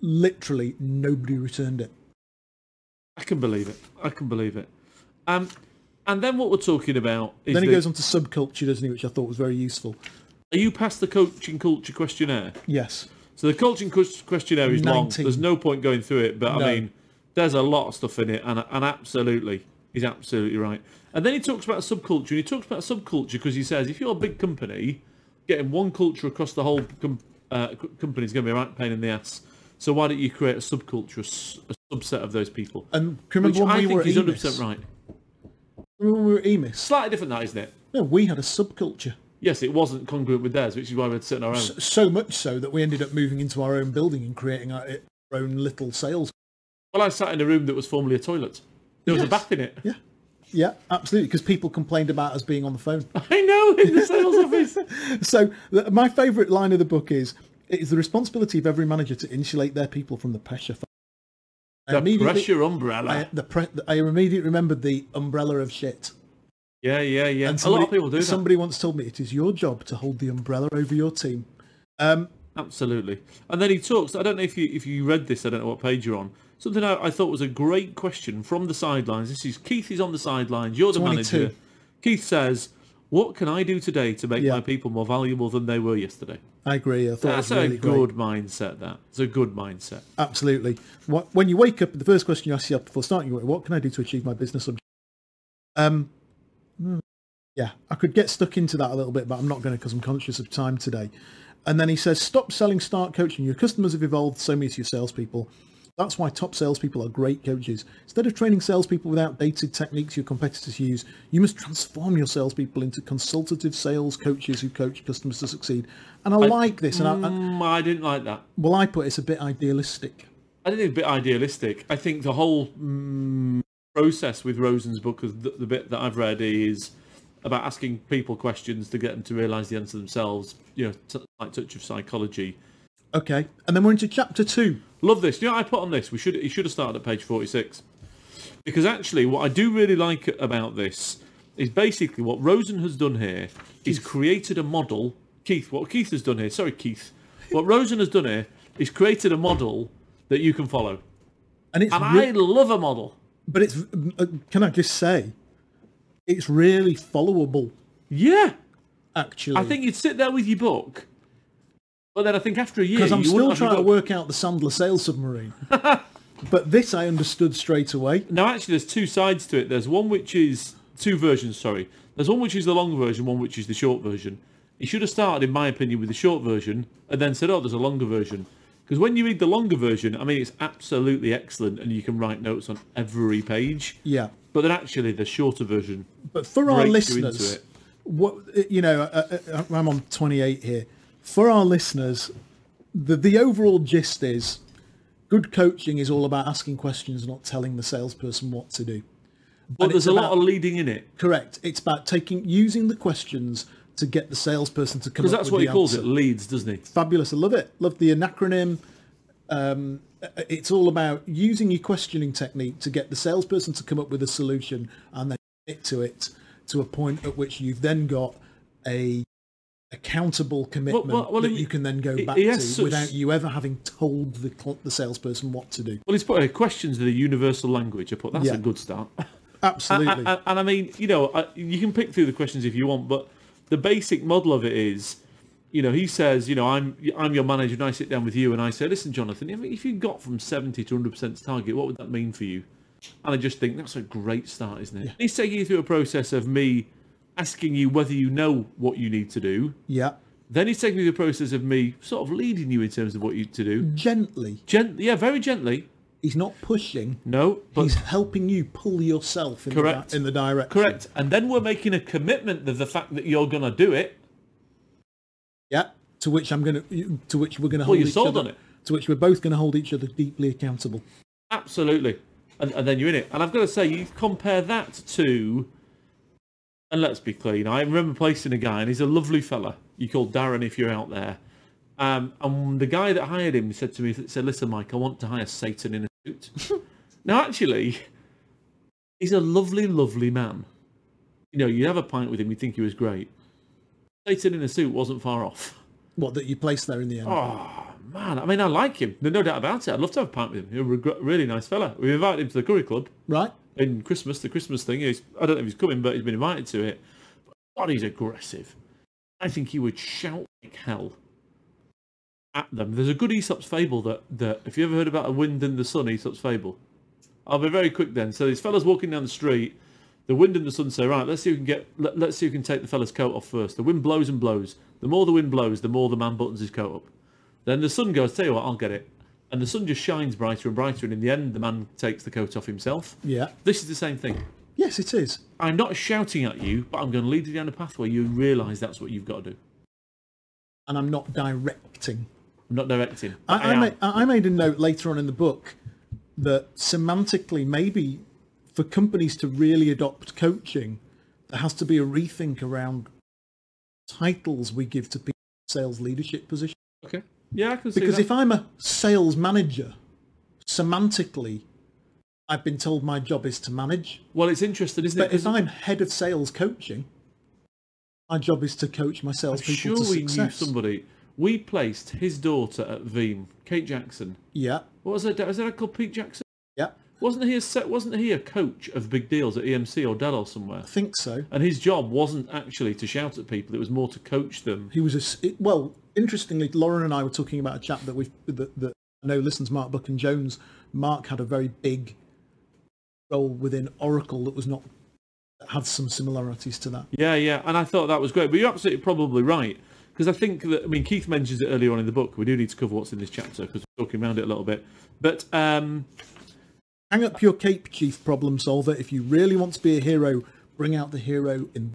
Speaker 1: literally nobody returned it.
Speaker 2: I can believe it. I can believe it. Um, and then what we're talking about is
Speaker 1: Then he
Speaker 2: the-
Speaker 1: goes on to subculture, doesn't he? Which I thought was very useful.
Speaker 2: are you past the coaching culture questionnaire?
Speaker 1: Yes.
Speaker 2: So the coaching cus- questionnaire is long.
Speaker 1: 19.
Speaker 2: There's no point going through it, but
Speaker 1: No.
Speaker 2: I mean, there's a lot of stuff in it, and and absolutely, he's absolutely right. And then he talks about subculture, and he talks about subculture because he says if you're a big company, getting one culture across the whole com- uh, c- company is going to be a right pain in the ass. So why don't you create a subculture, a s- a subset of those people?
Speaker 1: And can you remember
Speaker 2: Which
Speaker 1: when
Speaker 2: I
Speaker 1: we
Speaker 2: think
Speaker 1: were at
Speaker 2: he's 100 percent
Speaker 1: Emis?
Speaker 2: right.
Speaker 1: Remember when we were at Emis?
Speaker 2: Slightly different, that isn't it?
Speaker 1: No, we had a subculture.
Speaker 2: Yes, it wasn't congruent with theirs, which is why we had to sit in our own.
Speaker 1: so much so that we ended up moving into our own building and creating our, our own little sales.
Speaker 2: Well, I sat in a room that was formerly a toilet. There was a
Speaker 1: Yes.
Speaker 2: bath in it. (laughs)
Speaker 1: Yeah, yeah, absolutely. Because people complained about us being on the phone. (laughs)
Speaker 2: I know, in the sales office.
Speaker 1: So th- my favourite line of the book is: "It is the responsibility of every manager to insulate their people from the pressure." fa- I
Speaker 2: The
Speaker 1: immediately-
Speaker 2: pressure umbrella.
Speaker 1: I, the pre- I immediately remembered the umbrella of shit.
Speaker 2: yeah, yeah, yeah.
Speaker 1: And
Speaker 2: a lot of people do
Speaker 1: Somebody once told me it is your job to hold the umbrella over your team.
Speaker 2: that. Absolutely. And then he talks. I don't know if you if you read this. I don't know what page you're on. Something I, I thought was a great question from the sidelines. This is Keith is on the sidelines. You're the
Speaker 1: 22.
Speaker 2: manager. Keith says, "What can I do today to make
Speaker 1: Yeah.
Speaker 2: my people more valuable than they were yesterday?"
Speaker 1: I agree. I thought
Speaker 2: That's
Speaker 1: it was really
Speaker 2: a
Speaker 1: great.
Speaker 2: good mindset. That it's a good mindset.
Speaker 1: Absolutely. What, when you wake up, the first question you ask yourself before starting your work, what can I do to achieve my business objective? Um, hmm, yeah, I could get stuck into that a little bit, but I'm not going to because I'm conscious of time today. And then he says, stop selling, start coaching. Your customers have evolved, so many to your salespeople. That's why top salespeople are great coaches. Instead of training salespeople with outdated techniques your competitors use, you must transform your salespeople into consultative sales coaches who coach customers to succeed. And I, like this. And I, I,
Speaker 2: Mm, I didn't like that.
Speaker 1: well, I put it's a bit idealistic.
Speaker 2: I think it's a bit idealistic. I think the whole mm, process with Rosen's book, is the, the bit that I've read, is about asking people questions to get them to realise the answer themselves. You know, t- like touch of psychology.
Speaker 1: Okay, and then we're into chapter two.
Speaker 2: Love this. You know, what I put on this. We should. It should have started at page forty-six, because actually, what I do really like about this is basically what Rosen has done here is created a model. Keith, what Keith has done here. Sorry, Keith. What Rosen has done here is created a model that you can follow,
Speaker 1: And it's,
Speaker 2: and
Speaker 1: re-
Speaker 2: I love a model.
Speaker 1: but it's. Uh, can I just say, it's really followable.
Speaker 2: Yeah.
Speaker 1: Actually,
Speaker 2: I think you'd sit there with your book, but then I think after a year,
Speaker 1: because I'm
Speaker 2: you wouldn't
Speaker 1: still
Speaker 2: have your
Speaker 1: trying to
Speaker 2: book.
Speaker 1: work out the Sandler sales
Speaker 2: (laughs)
Speaker 1: submarine. but this I understood straight away.
Speaker 2: Now, actually, there's two sides to it. There's one which is two versions. Sorry, there's one which is the long version, one which is the short version. You should have started, in my opinion, with the short version, and then said, "Oh, there's a longer version." Because when you read the longer version, I mean, it's absolutely excellent, and you can write notes on every page.
Speaker 1: Yeah,
Speaker 2: But then actually, the shorter version.
Speaker 1: but for our
Speaker 2: Breaks you into
Speaker 1: listeners,
Speaker 2: it.
Speaker 1: what you know, uh, uh, I'm on 28 here. For our listeners, the the overall gist is, good coaching is all about asking questions, not telling the salesperson what to do.
Speaker 2: But
Speaker 1: And
Speaker 2: there's
Speaker 1: it's
Speaker 2: a
Speaker 1: about-
Speaker 2: lot of leading in it
Speaker 1: Correct. It's about taking using the questions to get the salesperson to come up
Speaker 2: because that's
Speaker 1: with
Speaker 2: what
Speaker 1: the
Speaker 2: he calls
Speaker 1: answer.
Speaker 2: it. Leads, doesn't he?
Speaker 1: Fabulous. I love it. Love the acronym. Um, it's all about using your questioning technique to get the salesperson to come up with a solution and then commit to it to a point at which you've then got a accountable commitment
Speaker 2: well, well,
Speaker 1: that
Speaker 2: he-
Speaker 1: you can then go
Speaker 2: he-
Speaker 1: back
Speaker 2: he
Speaker 1: to
Speaker 2: has such-
Speaker 1: without you ever having told the cl- the salesperson what to do.
Speaker 2: Well, he's put uh, questions in the universal language. I put that's
Speaker 1: Yeah.
Speaker 2: a good start.
Speaker 1: Absolutely.
Speaker 2: And, and I mean, you know, I, you can pick through the questions if you want, but the basic model of it is, you know, he says, you know, I'm I'm your manager, and I sit down with you, and I say, listen, Jonathan, if, if you got from seventy to hundred percent target, what would that mean for you? And I just think that's a great start, isn't it? He's taking you through a process of me asking you whether you know what you need to do.
Speaker 1: yeah.
Speaker 2: Then he's taking you through the process of me sort of leading you in terms of what you to
Speaker 1: Mm.
Speaker 2: do.
Speaker 1: Gently.
Speaker 2: Gently, yeah, very gently.
Speaker 1: He's not pushing.
Speaker 2: No, but
Speaker 1: He's helping you pull yourself in,
Speaker 2: Correct.
Speaker 1: The, in the direction.
Speaker 2: Correct. And then we're making a commitment of the fact that you're going to do it.
Speaker 1: Yeah. To which I'm gonna. you- To which we're gonna
Speaker 2: Well,
Speaker 1: hold
Speaker 2: you're
Speaker 1: each
Speaker 2: sold
Speaker 1: other.
Speaker 2: on it.
Speaker 1: To which we're both gonna hold each other deeply accountable.
Speaker 2: Absolutely. And, and then you're in it. And I've got to say, you compare that to, and let's be clean, I remember placing a guy, and he's a lovely fella. You call Darren if you're out there. Um, and the guy that hired him said to me, he said, listen, Mike, I want to hire Satan in a suit. now, actually, he's a lovely, lovely man. You know, you have a pint with him, you think he was great. Satan in a suit wasn't far off.
Speaker 1: What that you place there in the end.
Speaker 2: Oh. Man, I mean, I like him. There's no doubt about it. I'd love to have a pint with him. He's a reg- really nice fella. We invited him to the curry club
Speaker 1: Right.
Speaker 2: in Christmas, the Christmas thing. He's, I don't know if he's coming, but he's been invited to it. But God, he's aggressive. I think he would shout like hell at them. There's a good Aesop's fable that, that if you ever heard about a wind and the sun Aesop's fable, I'll be very quick then. So these fellas walking down the street, the wind and the sun say, right, let's see who can get, let, let's see who can take the fella's coat off first. The wind blows and blows. The more the wind blows, the more the man buttons his coat up. Then the sun goes, tell you what, I'll get it. And the sun just shines brighter and brighter, and in the end, the man takes the coat off himself.
Speaker 1: Yeah.
Speaker 2: This is the same thing.
Speaker 1: Yes, it is.
Speaker 2: I'm not shouting at you, but I'm going to lead you down a path where you realise that's what you've got to do.
Speaker 1: And I'm not directing.
Speaker 2: I'm not directing.
Speaker 1: I,
Speaker 2: but
Speaker 1: I,
Speaker 2: am.
Speaker 1: made, I I made a note later on in the book that semantically, maybe for companies to really adopt coaching, there has to be a rethink around titles we give to people in sales leadership positions.
Speaker 2: Okay. Yeah, I can see
Speaker 1: Because
Speaker 2: that.
Speaker 1: if I'm a sales manager, semantically, I've been told my job is to manage.
Speaker 2: well, it's interesting, isn't
Speaker 1: But
Speaker 2: it?
Speaker 1: if I'm head of sales coaching, my job is to coach my salespeople
Speaker 2: sure
Speaker 1: to
Speaker 2: we knew
Speaker 1: success.
Speaker 2: somebody. We placed his daughter at Veeam, Kate Jackson.
Speaker 1: Yeah,
Speaker 2: What was her dad? Was her dad called Pete Jackson?
Speaker 1: yeah,
Speaker 2: Wasn't he a set? Wasn't he a coach of big deals at EMC or Dell or somewhere?
Speaker 1: I think so.
Speaker 2: And his job wasn't actually to shout at people; it was more to coach them.
Speaker 1: He was a s- it- well. Interestingly, Lauren and I were talking about a chap that we that, that I know listens to Mark Buchan Jones. Mark had a very big role within Oracle that was not that had some similarities to that.
Speaker 2: Yeah, yeah, and I thought that was great. But you're absolutely probably right because I think that I mean Keith mentions it earlier on in the book. We do need to cover what's in this chapter because we're talking around it a little bit. But um,
Speaker 1: Hang up your cape, chief problem solver. If you really want to be a hero, bring out the hero in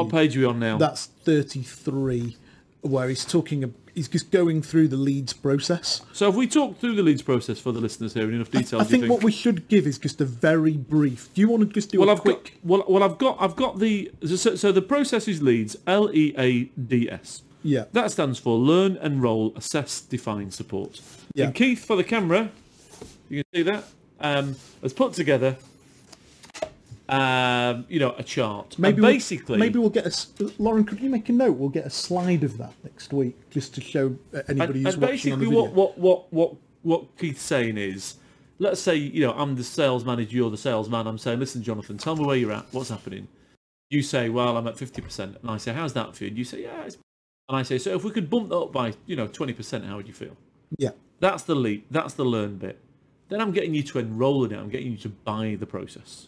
Speaker 1: Mm.
Speaker 2: what page are we on now?
Speaker 1: that's 33 where he's talking ab- he's just going through the leads process
Speaker 2: so have we talked through the leads process for the listeners here in enough detail?
Speaker 1: i
Speaker 2: do you
Speaker 1: think what we should give is just a very brief do you want to just do
Speaker 2: well,
Speaker 1: a
Speaker 2: I've
Speaker 1: quick
Speaker 2: got well, well, I've got I've got the so, so the process is leads L E A D S.
Speaker 1: yeah
Speaker 2: That stands for learn, enroll, assess, define, support.
Speaker 1: Yeah.
Speaker 2: And Keith for the camera, you can see that, um, has put together, um, you know, a chart. And
Speaker 1: we'll-
Speaker 2: basically,
Speaker 1: maybe we'll get a s- Lauren. Could you make a note? We'll get a slide of that next week, just to show uh,
Speaker 2: and,
Speaker 1: anybody who's
Speaker 2: and
Speaker 1: watching on the
Speaker 2: basically
Speaker 1: video.
Speaker 2: what, what what what what Keith's saying is, let's say you know I'm the sales manager, you're the salesman. I'm saying, listen, Jonathan, tell me where you're at, what's happening. You say, well, I'm at fifty percent, and I say, how's that for you? And you say, yeah, it's... and I say, so if we could bump that up by you know twenty percent, how would you feel?
Speaker 1: yeah,
Speaker 2: That's the leap. That's the learn bit. Then I'm getting you to enroll in it. I'm getting you to buy the process.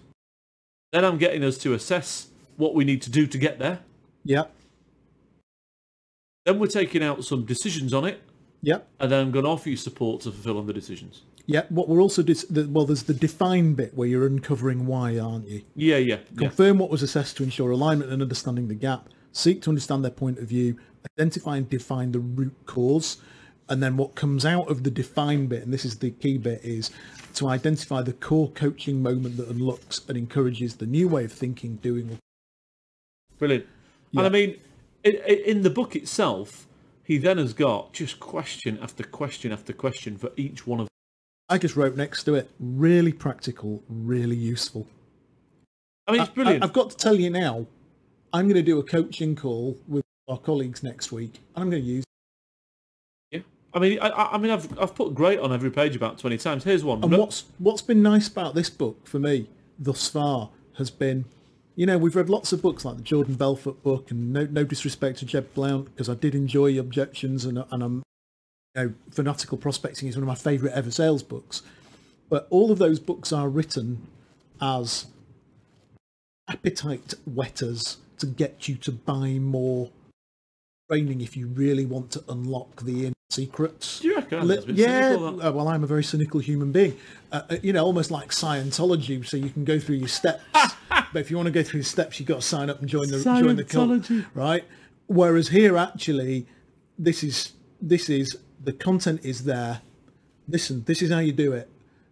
Speaker 2: Then I'm getting us to assess what we need to do to get there.
Speaker 1: yeah,
Speaker 2: Then we're taking out some decisions on it,
Speaker 1: yeah,
Speaker 2: and then I'm going to offer you support to fulfil on the decisions.
Speaker 1: yeah. What we're also dis- the, well, there's the define bit where you're uncovering why, aren't you?
Speaker 2: Yeah, yeah, yeah.
Speaker 1: Confirm what was assessed to ensure alignment and understanding the gap. Seek to understand their point of view. Identify and define the root cause. And then what comes out of the define bit, and this is the key bit, is to identify the core coaching moment that unlocks and encourages the new way of thinking, doing, or
Speaker 2: Brilliant. And I mean, in, in the book itself, he then has got just question after question after question for each one of.
Speaker 1: I just wrote next to it, really practical, really useful. Uh,
Speaker 2: I mean, it's brilliant.
Speaker 1: I, have got to tell you now, I'm going to do a coaching call with our colleagues next week, and I'm going to use.
Speaker 2: Yeah, I mean, I- I, I mean, I've I've put great on every page about twenty times. Here's one.
Speaker 1: And
Speaker 2: Ro-
Speaker 1: what's what's been nice about this book for me thus far has been, you know, we've read lots of books like the Jordan Belfort book, and no no disrespect to Jeb Blount because I did enjoy Objections, and and I'm, you know, Fanatical Prospecting is one of my favourite ever sales books, but all of those books are written as appetite wetters to get you to buy more training if you really want to unlock the inner secrets.
Speaker 2: Do you reckon?
Speaker 1: Li-
Speaker 2: That's a bit
Speaker 1: yeah,
Speaker 2: cynical, that.
Speaker 1: uh, well, I'm a very cynical human being. Uh, uh, you know, almost like Scientology. So you can go through your steps, but if you want to go through your steps, you've got to sign up and join the join the cult,
Speaker 2: Scientology.
Speaker 1: right? Whereas here, actually, this is this is the content is there. Listen, this is how you do it.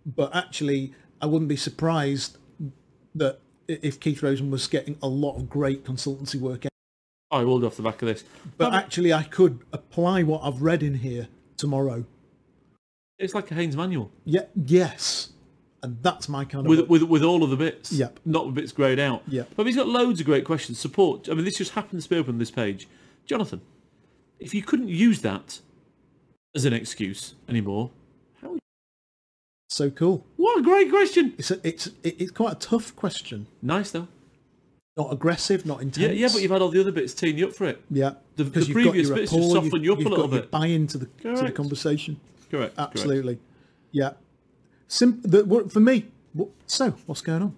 Speaker 1: But actually, I wouldn't be surprised that i- if Keith Rosen was getting a lot of great consultancy work
Speaker 2: I rolled off the back of this.
Speaker 1: but actually I could apply what I've read in here tomorrow.
Speaker 2: It's like a Haynes manual
Speaker 1: Yeah, yes, and that's my kind of
Speaker 2: with
Speaker 1: book.
Speaker 2: with with all of the bits.
Speaker 1: Yep.
Speaker 2: Not with bits grayed out.
Speaker 1: Yep.
Speaker 2: But he's got loads of great questions. Support. I mean, this just happens to be open on this page. Jonathan, if you couldn't use that as an excuse anymore, how?
Speaker 1: so cool.
Speaker 2: What a great question.
Speaker 1: It's a, it's it- it's quite a tough question.
Speaker 2: Nice though.
Speaker 1: Not aggressive, not
Speaker 2: Yeah,
Speaker 1: intense.
Speaker 2: yeah, but you've had all the other bits teeing you up for it.
Speaker 1: yeah.
Speaker 2: the- the
Speaker 1: 'cause you've
Speaker 2: previous
Speaker 1: got your
Speaker 2: bits just
Speaker 1: rapport,
Speaker 2: soften
Speaker 1: you've,
Speaker 2: you up a
Speaker 1: you've
Speaker 2: little
Speaker 1: got your
Speaker 2: bit.
Speaker 1: Buy into the to the
Speaker 2: Correct.
Speaker 1: convection.
Speaker 2: Correct. correct.
Speaker 1: Absolutely. Yeah. Sim- the, what, for me, what, so what's going on?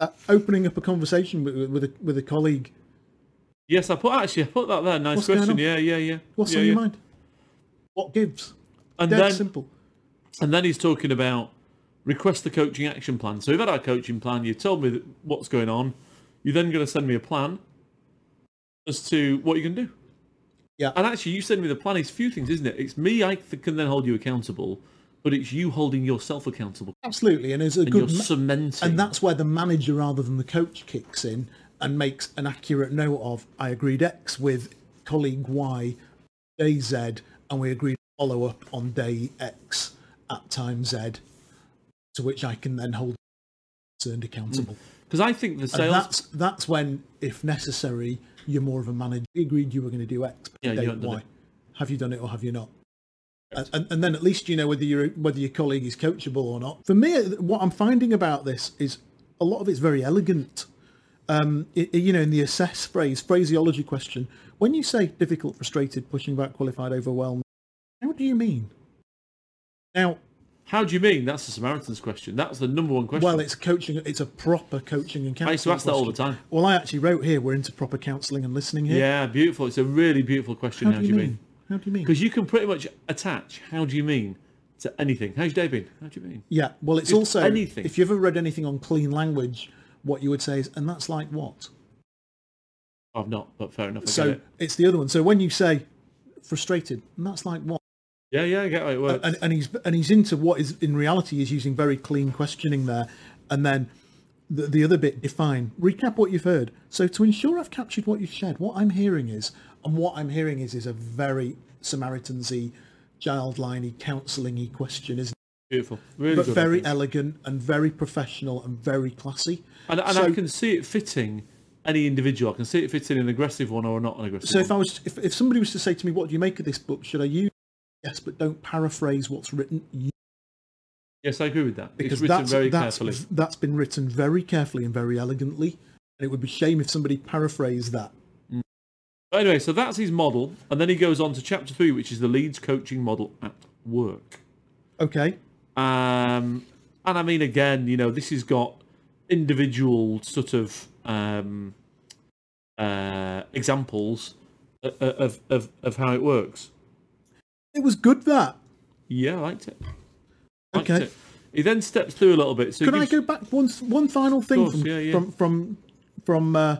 Speaker 1: Uh, opening up a conversation with, with a with a colleague.
Speaker 2: Yes, I put actually I put that there. Nice
Speaker 1: What's going
Speaker 2: question.
Speaker 1: on?
Speaker 2: Yeah, yeah, yeah.
Speaker 1: What's
Speaker 2: yeah,
Speaker 1: on
Speaker 2: yeah.
Speaker 1: your mind? What gives?
Speaker 2: And
Speaker 1: Dead
Speaker 2: then
Speaker 1: simple.
Speaker 2: and then he's talking about request the coaching action plan. So we've had our coaching plan. You told me that- what's going on. You're then going to send me a plan as to what you can do.
Speaker 1: Yeah.
Speaker 2: And actually, you send me the plan. It's a few things, isn't it? It's me. I th- can then hold you accountable, but it's you holding yourself accountable.
Speaker 1: Absolutely, and it's a
Speaker 2: And
Speaker 1: good.
Speaker 2: you're
Speaker 1: ma-
Speaker 2: cementing.
Speaker 1: And that's where the manager rather than the coach kicks in and makes an accurate note of I agreed X with colleague Y, day Z, and we agreed to follow up on day X at time Z, to which I can then hold concerned accountable.
Speaker 2: because I think the
Speaker 1: And
Speaker 2: sales.
Speaker 1: that's that's when, if necessary, you're more of a manager. We agreed you were going to do X, but
Speaker 2: Yeah, you
Speaker 1: day
Speaker 2: haven't done
Speaker 1: Y.
Speaker 2: it.
Speaker 1: Have you done it or have you not? And, and, and then at least you know whether your whether your colleague is coachable or not. For me, what I'm finding about this is a lot of it's very elegant. Um, i- i- you know, in the assess phrase, phraseology question, when you say difficult, frustrated, pushing back, qualified, overwhelmed, how do you mean? Now,
Speaker 2: How do you mean? That's the Samaritan's question. That's the number one question.
Speaker 1: well, it's coaching. It's a proper coaching and counselling.
Speaker 2: I used to ask that all the
Speaker 1: question.
Speaker 2: time.
Speaker 1: Well, I actually wrote here we're into proper counselling and listening here.
Speaker 2: Yeah, beautiful. It's a really beautiful question.
Speaker 1: How do you mean? How do you mean?
Speaker 2: Because you can pretty much attach how do you mean to anything. How's your day been? How do you mean?
Speaker 1: Yeah. Well, it's also
Speaker 2: anything.
Speaker 1: If you've ever read anything on clean language, what you would say is, and that's like what.
Speaker 2: I've not, but fair enough. I
Speaker 1: so
Speaker 2: get it.
Speaker 1: it's the other one. So when you say frustrated, and that's like what,
Speaker 2: Yeah, yeah, I get how it works.
Speaker 1: and, and he's and he's into what is in reality is using very clean questioning there, and then. The, the other bit, define, recap what you've heard. So to ensure I've captured what you've said, what I'm hearing is, and what I'm hearing is, is a very Samaritan's-y, childline-y, counselling-y question, isn't
Speaker 2: beautiful. Really
Speaker 1: but
Speaker 2: good. I
Speaker 1: very
Speaker 2: think.
Speaker 1: elegant and very professional and very classy.
Speaker 2: and and I
Speaker 1: so-
Speaker 2: can see it fitting any individual. I can see it fitting an aggressive one or not an aggressive
Speaker 1: So
Speaker 2: one.
Speaker 1: if I was, if, if somebody was to say to me, "What do you make of this book? Should I use?" it?" Yes, but don't paraphrase what's written you-
Speaker 2: yes, I agree with that.
Speaker 1: because
Speaker 2: it's written
Speaker 1: that's
Speaker 2: very
Speaker 1: that's
Speaker 2: carefully.
Speaker 1: that's been written very carefully and very elegantly. And it would be shame if somebody paraphrased that.
Speaker 2: But anyway, so that's his model. And then he goes on to chapter three, which is the leads coaching model at work.
Speaker 1: Okay,
Speaker 2: Um, and I mean, again, you know, this has got individual sort of um, uh, examples o- o- of, of, of how it works.
Speaker 1: it was good that.
Speaker 2: Yeah, I liked it. Liked
Speaker 1: Okay.
Speaker 2: It. He then steps through a little bit. So he
Speaker 1: Could I
Speaker 2: gives-
Speaker 1: go back one one final thing
Speaker 2: course,
Speaker 1: from,
Speaker 2: yeah, yeah.
Speaker 1: from from from uh,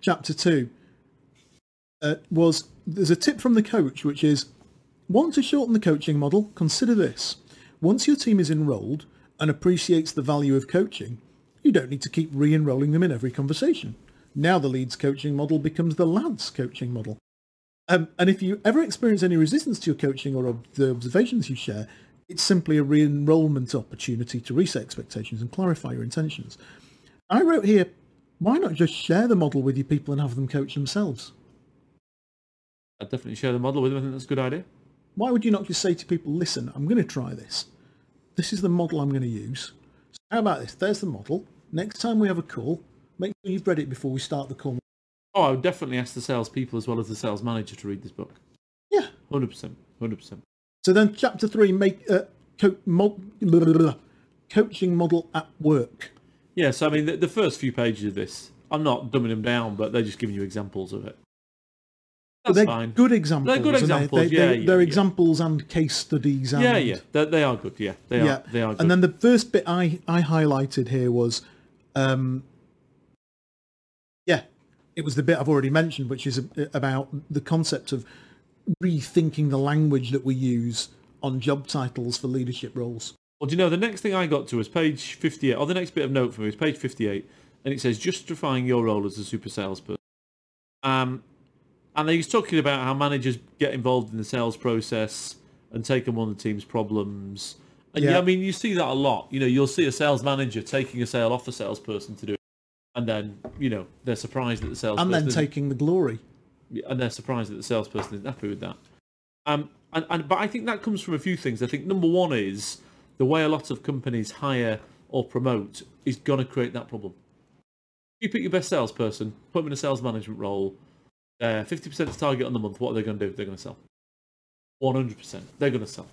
Speaker 1: chapter two? Uh, was there's a tip from the coach, which is want to shorten the coaching model? Consider this: once your team is enrolled and appreciates the value of coaching, you don't need to keep re-enrolling them in every conversation. Now the leads coaching model becomes the lads coaching model. Um, and if you ever experience any resistance to your coaching or ob- the observations you share, it's simply a re-enrollment opportunity to reset expectations and clarify your intentions. I wrote here, why not just share the model with your people and have them coach themselves?
Speaker 2: I'd definitely share the model with them. I think that's a good idea.
Speaker 1: Why would you not just say to people, listen, I'm going to try this. This is the model I'm going to use. So how about this? There's the model. Next time we have a call, make sure you've read it before we start the call.
Speaker 2: Oh, I would definitely ask the salespeople as well as the sales manager to read this book.
Speaker 1: Yeah.
Speaker 2: Hundred percent. Hundred percent.
Speaker 1: So then chapter three, make uh, co- mo- blah, blah, blah, blah. coaching model at work.
Speaker 2: Yeah. So I mean, the, the first few pages of this, I'm not dumbing them down, but they're just giving you examples of it. That's
Speaker 1: they're
Speaker 2: fine.
Speaker 1: good examples.
Speaker 2: They're good
Speaker 1: aren't
Speaker 2: examples,
Speaker 1: They, they,
Speaker 2: yeah,
Speaker 1: they,
Speaker 2: yeah,
Speaker 1: they're
Speaker 2: yeah.
Speaker 1: examples and case studies. And,
Speaker 2: Yeah, yeah. They, they are good. Yeah, they
Speaker 1: yeah.
Speaker 2: are. They are good.
Speaker 1: And then the first bit I, I highlighted here was, um, yeah, it was the bit I've already mentioned, which is a- about the concept of rethinking the language that we use on job titles for leadership roles.
Speaker 2: Well, do you know the next thing I got to was page 58, or the next bit of note for me was page 58, and it says justifying your role as a super salesperson. Um, and he's talking about how managers get involved in the sales process and take on one of the team's problems. And yeah.
Speaker 1: Yeah.
Speaker 2: I mean, you see that a lot. You know, you'll see a sales manager taking a sale off a salesperson to do it, and then you know they're surprised that the salesperson
Speaker 1: And then
Speaker 2: isn't-
Speaker 1: taking the glory.
Speaker 2: and they're surprised that the salesperson isn't happy with that. Um, and, and but I think that comes from a few things. I think number one is the way a lot of companies hire or promote is going to create that problem. You pick your best salesperson, put them in a sales management role. They're fifty percent target on the month. What are they going to do? They're going to sell. One hundred percent. They're going to sell.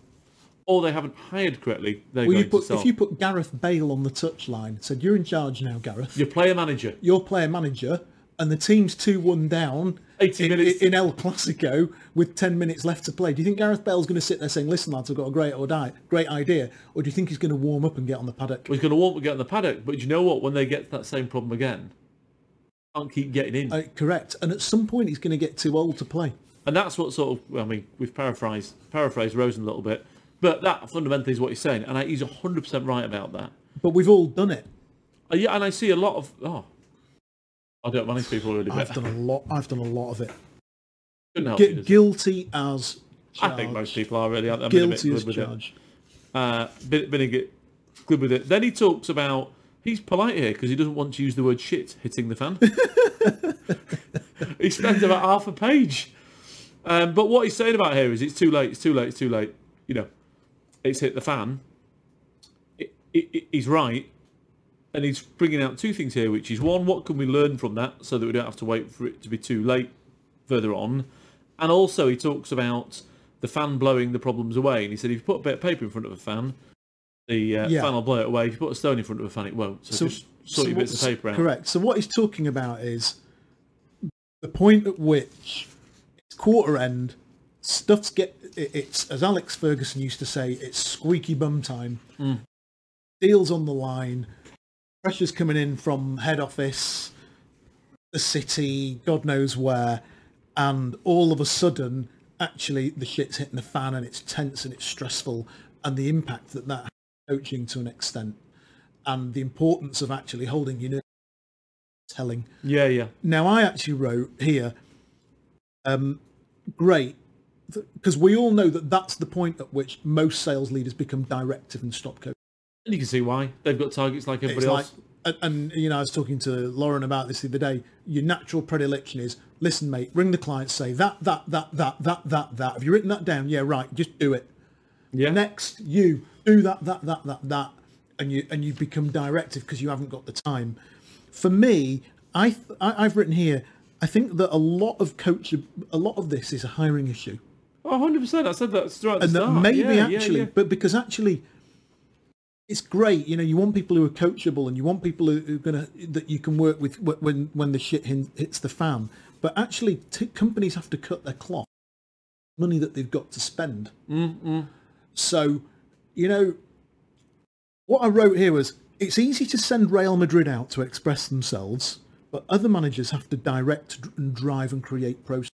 Speaker 2: Or they haven't hired correctly. They're
Speaker 1: Well,
Speaker 2: going
Speaker 1: you put,
Speaker 2: to sell.
Speaker 1: if you put Gareth Bale on the touchline, said, you're in charge now, Gareth.
Speaker 2: Your player manager.
Speaker 1: your player manager and the team's 2-1 down
Speaker 2: 80
Speaker 1: in,
Speaker 2: minutes.
Speaker 1: in El Clasico with 10 minutes left to play. Do you think Gareth Bale's going to sit there saying, listen, lads, I've got a great, or die, great idea, or do you think he's going to warm up and get on the paddock?
Speaker 2: Well, he's going to want to get in the paddock. But do you know what? When they get to that same problem again, can't keep getting in.
Speaker 1: Uh, correct. And at some point, he's going to get too old to play.
Speaker 2: And that's what sort of, well, I mean, we've paraphrased, paraphrased Rosen a little bit, but that fundamentally is what he's saying. And I, he's 100% right about that.
Speaker 1: But we've all done it.
Speaker 2: Uh, yeah, and I see a lot of, oh, I don't manage people really, but
Speaker 1: I've done a lot. I've done a lot of it.
Speaker 2: couldn't help
Speaker 1: Gu-
Speaker 2: you, does it?
Speaker 1: guilty as charged.
Speaker 2: I think most people are really. I- I'm a bit
Speaker 1: guilty
Speaker 2: good
Speaker 1: as
Speaker 2: with it.
Speaker 1: charged.
Speaker 2: Uh, been, been a bit good with it. Then he talks about, he's polite here because he doesn't want to use the word shit hitting the fan. (laughs) he spends about half a page. Um, but what he's saying about here is it's too late, it's too late, it's too late. You know, it's hit the fan. It, it, it- he's right. And he's bringing out two things here, which is one, what can we learn from that so that we don't have to wait for it to be too late further on? And also, he talks about the fan blowing the problems away. And he said, if you put a bit of paper in front of a fan, the uh,
Speaker 1: Yeah.
Speaker 2: fan will blow it away. If you put a stone in front of a fan, it won't. So, just sort your
Speaker 1: what-
Speaker 2: bits of paper out.
Speaker 1: Correct. So what he's talking about is the point at which it's quarter end, stuff's get it- it's as Alex Ferguson used to say, it's squeaky bum time.
Speaker 2: Mm.
Speaker 1: Deals on the line, pressure's coming in from head office, the city, God knows where, and all of a sudden, actually, the shit's hitting the fan and it's tense and it's stressful, and the impact that that has on coaching to an extent, and the importance of actually holding your nerve, telling.
Speaker 2: Yeah, yeah.
Speaker 1: Now, I actually wrote here, um, great, because we all know that that's the point at which most sales leaders become directive and stop coaching.
Speaker 2: And you can see why. They've got targets like everybody
Speaker 1: It's like,
Speaker 2: else.
Speaker 1: and, and you know, I was talking to Lauren about this the other day. Your natural predilection is, listen, mate, ring the client, say that, that, that, that, that, that, that. Have you written that down? Yeah, right. Just do it.
Speaker 2: yeah.
Speaker 1: Next, you do that, that, that, that, that, and you and you become directive because you haven't got the time. For me, I, th- I I've written here. I think that a lot of coach, a lot of this is a hiring issue.
Speaker 2: Oh, 100%. I said that throughout
Speaker 1: And
Speaker 2: the
Speaker 1: that
Speaker 2: start.
Speaker 1: maybe
Speaker 2: yeah, yeah,
Speaker 1: actually,
Speaker 2: yeah.
Speaker 1: but because actually, it's great. You know, you want people who are coachable, and you want people who who are gonna that you can work with wh- when when the shit hin- hits the fan. But actually, t- companies have to cut their cloth, money that they've got to spend.
Speaker 2: Mm-hmm.
Speaker 1: So, you know, what I wrote here was it's easy to send Real Madrid out to express themselves, but other managers have to direct and drive and create process.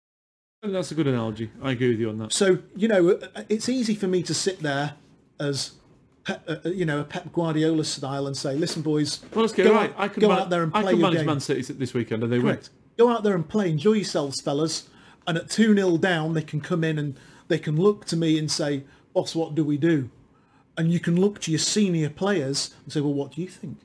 Speaker 2: And that's a good analogy. I agree with you on that.
Speaker 1: So you know, uh, it's easy for me to sit there as Pep, uh, you know a Pep Guardiola style and say, "Listen, boys,
Speaker 2: Well, let's get
Speaker 1: go,
Speaker 2: right.
Speaker 1: out,
Speaker 2: I can
Speaker 1: go
Speaker 2: man-
Speaker 1: out there and
Speaker 2: I
Speaker 1: play
Speaker 2: can
Speaker 1: your
Speaker 2: manage
Speaker 1: game.
Speaker 2: Man City this weekend and they
Speaker 1: Correct. Go out there and play. Enjoy yourselves, fellas." And at two 0 down, they can come in and they can look to me and say, "Boss, what do we do?" And you can look to your senior players and say, "Well, what do you think?"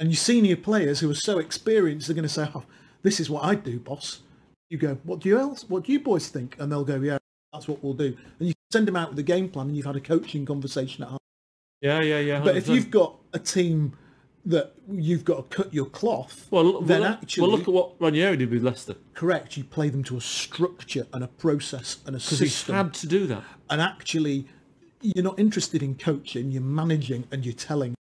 Speaker 1: And your senior players who are so experienced, they're going to say, "Oh, this is what I do, boss." you go, what do you else? What do you boys think? And they'll go, yeah, that's what we'll do. And you send them out with a game plan, and you've had a coaching conversation at half.
Speaker 2: Yeah, yeah, yeah.
Speaker 1: But if
Speaker 2: 100%.
Speaker 1: you've got a team that you've got to cut your cloth,
Speaker 2: well, look,
Speaker 1: then
Speaker 2: well,
Speaker 1: actually,
Speaker 2: well, look at what Ranieri did with Leicester
Speaker 1: correct, you play them to a structure and a process and a
Speaker 2: because he
Speaker 1: system.
Speaker 2: had to do that.
Speaker 1: and actually you're not interested in coaching you're managing and you're telling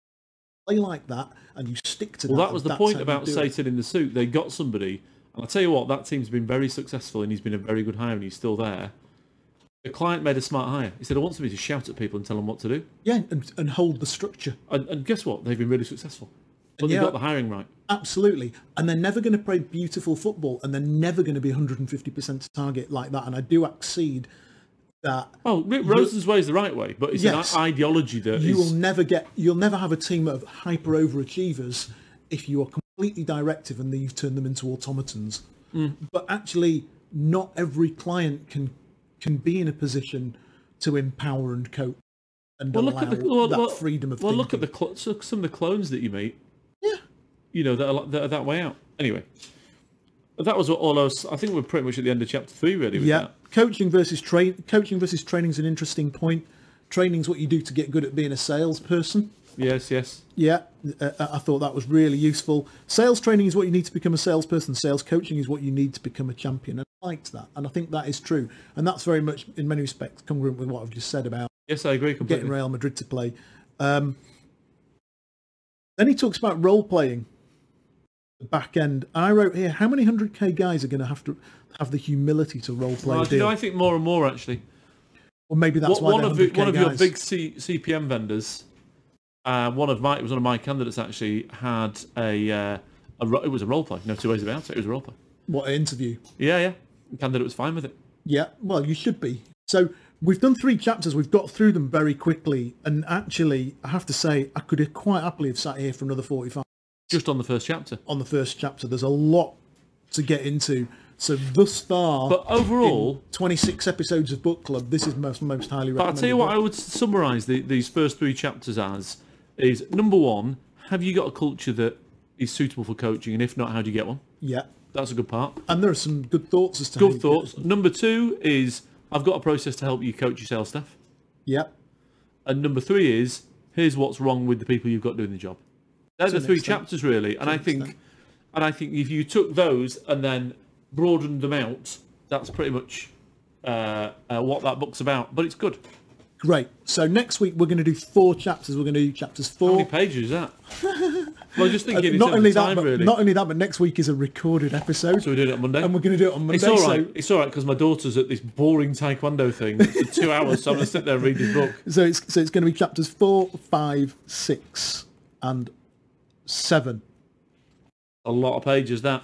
Speaker 1: play like that and you stick to
Speaker 2: Well,
Speaker 1: that
Speaker 2: that was
Speaker 1: and
Speaker 2: the
Speaker 1: that's how
Speaker 2: point
Speaker 1: you
Speaker 2: about
Speaker 1: do it.
Speaker 2: Satan in the suit. They got somebody, and I tell you what, that team's been very successful, and he's been a very good hire, and he's still there. The client made a smart hire. He said, "I want somebody to shout at people and tell them what to do."
Speaker 1: yeah and, and hold the structure
Speaker 2: And, and guess what? They've been really successful. But they
Speaker 1: yeah.
Speaker 2: got the hiring right.
Speaker 1: absolutely and they're never going to play beautiful football and they're never going to be 150% target like that and i do accede that
Speaker 2: Well, Rick Rosen's way is the right way, but it's
Speaker 1: Yes.
Speaker 2: an i- ideology that
Speaker 1: you will
Speaker 2: is-
Speaker 1: never get you'll never have a team of hyper overachievers if you are completely directive and then you've turned them into automatons
Speaker 2: Hmm.
Speaker 1: but actually not every client can can be in a position to empower and coach and
Speaker 2: Well,
Speaker 1: allow
Speaker 2: look at the well,
Speaker 1: that
Speaker 2: well-
Speaker 1: freedom of
Speaker 2: well,
Speaker 1: thinking.
Speaker 2: look at the cl- so some of the clones that you meet.
Speaker 1: yeah
Speaker 2: you know that are, li- that are that way out. Anyway, that was all I was. I think we're pretty much at the end of chapter three, really. With
Speaker 1: yeah
Speaker 2: that.
Speaker 1: coaching versus train coaching versus training is an interesting point training's what you do to get good at being a salesperson
Speaker 2: Yes, yes.
Speaker 1: Yeah, uh, I thought that was really useful. Sales training is what you need to become a salesperson. Sales coaching is what you need to become a champion. And I liked that. And I think that is true. And that's very much, in many respects, congruent with what I've just said about
Speaker 2: Yes, I agree completely.
Speaker 1: getting Real Madrid to play. Um, then he talks about role playing, the back end. I wrote here, how many 100k guys are going to have to have the humility to role play?
Speaker 2: Well,
Speaker 1: a
Speaker 2: do you know,
Speaker 1: deal?
Speaker 2: I think more and more actually.
Speaker 1: or maybe that's
Speaker 2: What-
Speaker 1: why
Speaker 2: one
Speaker 1: they're
Speaker 2: of the,
Speaker 1: 100K
Speaker 2: one of your
Speaker 1: guys.
Speaker 2: big C, CPM vendors, uh, one of my it was one of my candidates actually had a, uh, a ro- it was a role play. No two ways about it. It was a role play.
Speaker 1: What, an interview?
Speaker 2: Yeah, yeah. The candidate was fine with it.
Speaker 1: Yeah, well, you should be. So we've done three chapters. We've got through them very quickly, and actually, I have to say, I could quite happily have sat here for another forty-five
Speaker 2: Just on the first chapter.
Speaker 1: on the first chapter. There's a lot to get into. So thus far,
Speaker 2: But overall,
Speaker 1: twenty-six episodes of book club. This is most most highly
Speaker 2: I'll
Speaker 1: recommended.
Speaker 2: tell you what I would summarise the, these first three chapters as is number one, have you got a culture that is suitable for coaching? And if not, how do you get one?
Speaker 1: yeah,
Speaker 2: That's a good part.
Speaker 1: and there are some good thoughts as to how
Speaker 2: Good
Speaker 1: you-
Speaker 2: thoughts. Number two is I've got a process to help you coach your sales staff.
Speaker 1: Yeah,
Speaker 2: And number three is here's what's wrong with the people you've got doing the job. They're the
Speaker 1: an
Speaker 2: three
Speaker 1: extent.
Speaker 2: chapters really. And I think
Speaker 1: extent.
Speaker 2: and I think if you took those and then broadened them out, that's pretty much uh, uh, what that book's about. But it's good.
Speaker 1: great. So next week we're going to do four chapters. We're going to do chapters
Speaker 2: How
Speaker 1: four.
Speaker 2: many pages
Speaker 1: (laughs)
Speaker 2: is that? well, just thinking in
Speaker 1: Uh, not
Speaker 2: terms
Speaker 1: only
Speaker 2: of
Speaker 1: that,
Speaker 2: time,
Speaker 1: but
Speaker 2: really.
Speaker 1: not only that, but next week is a recorded episode,
Speaker 2: So we're doing it on Monday.
Speaker 1: and we're going to do it on Monday.
Speaker 2: it's all
Speaker 1: so-
Speaker 2: right. it's all right because my daughter's at this boring taekwondo
Speaker 1: (laughs)
Speaker 2: thing for two hours, so I'm gonna sit there and read this book.
Speaker 1: So it's so it's going to be chapters four, five, six, and seven.
Speaker 2: A lot of pages that.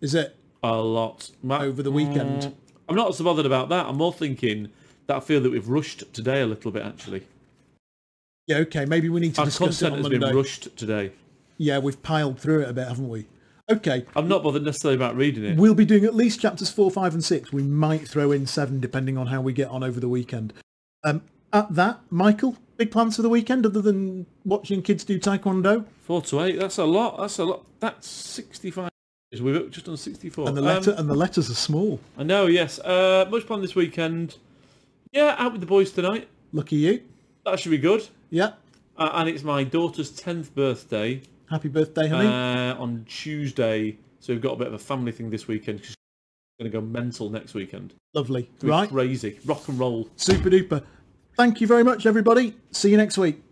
Speaker 1: Is it
Speaker 2: A lot. Ma-
Speaker 1: over the weekend?
Speaker 2: I'm not so bothered about that. I'm more thinking that I feel that we've rushed today a little bit. Actually,
Speaker 1: Yeah. Okay. Maybe we need to
Speaker 2: our
Speaker 1: discuss it
Speaker 2: content
Speaker 1: on
Speaker 2: has been
Speaker 1: Monday.
Speaker 2: rushed today.
Speaker 1: Yeah, we've piled through it a bit, haven't we? Okay.
Speaker 2: I'm not bothered necessarily about reading it.
Speaker 1: We'll be doing at least chapters four, five, and six. We might throw in seven, depending on how we get on over the weekend. Um, at that, Michael, big plans for the weekend other than watching kids do taekwondo
Speaker 2: Four to eight. That's a lot. That's a lot. That's 65. pages. We've just done 64.
Speaker 1: and the
Speaker 2: Um,
Speaker 1: letter and the letters are small.
Speaker 2: I know, yes. Uh, much fun this weekend. Yeah, out with the boys tonight.
Speaker 1: Lucky you.
Speaker 2: That should be good.
Speaker 1: Yeah.
Speaker 2: Uh, and it's my daughter's 10th birthday
Speaker 1: Happy birthday, honey.
Speaker 2: uh, on Tuesday. So we've got a bit of a family thing this weekend 'cause she's going to go mental next weekend.
Speaker 1: Lovely.
Speaker 2: It'll be
Speaker 1: Right.
Speaker 2: Crazy. Rock and roll.
Speaker 1: Super duper. Thank you very much, everybody. See you next week.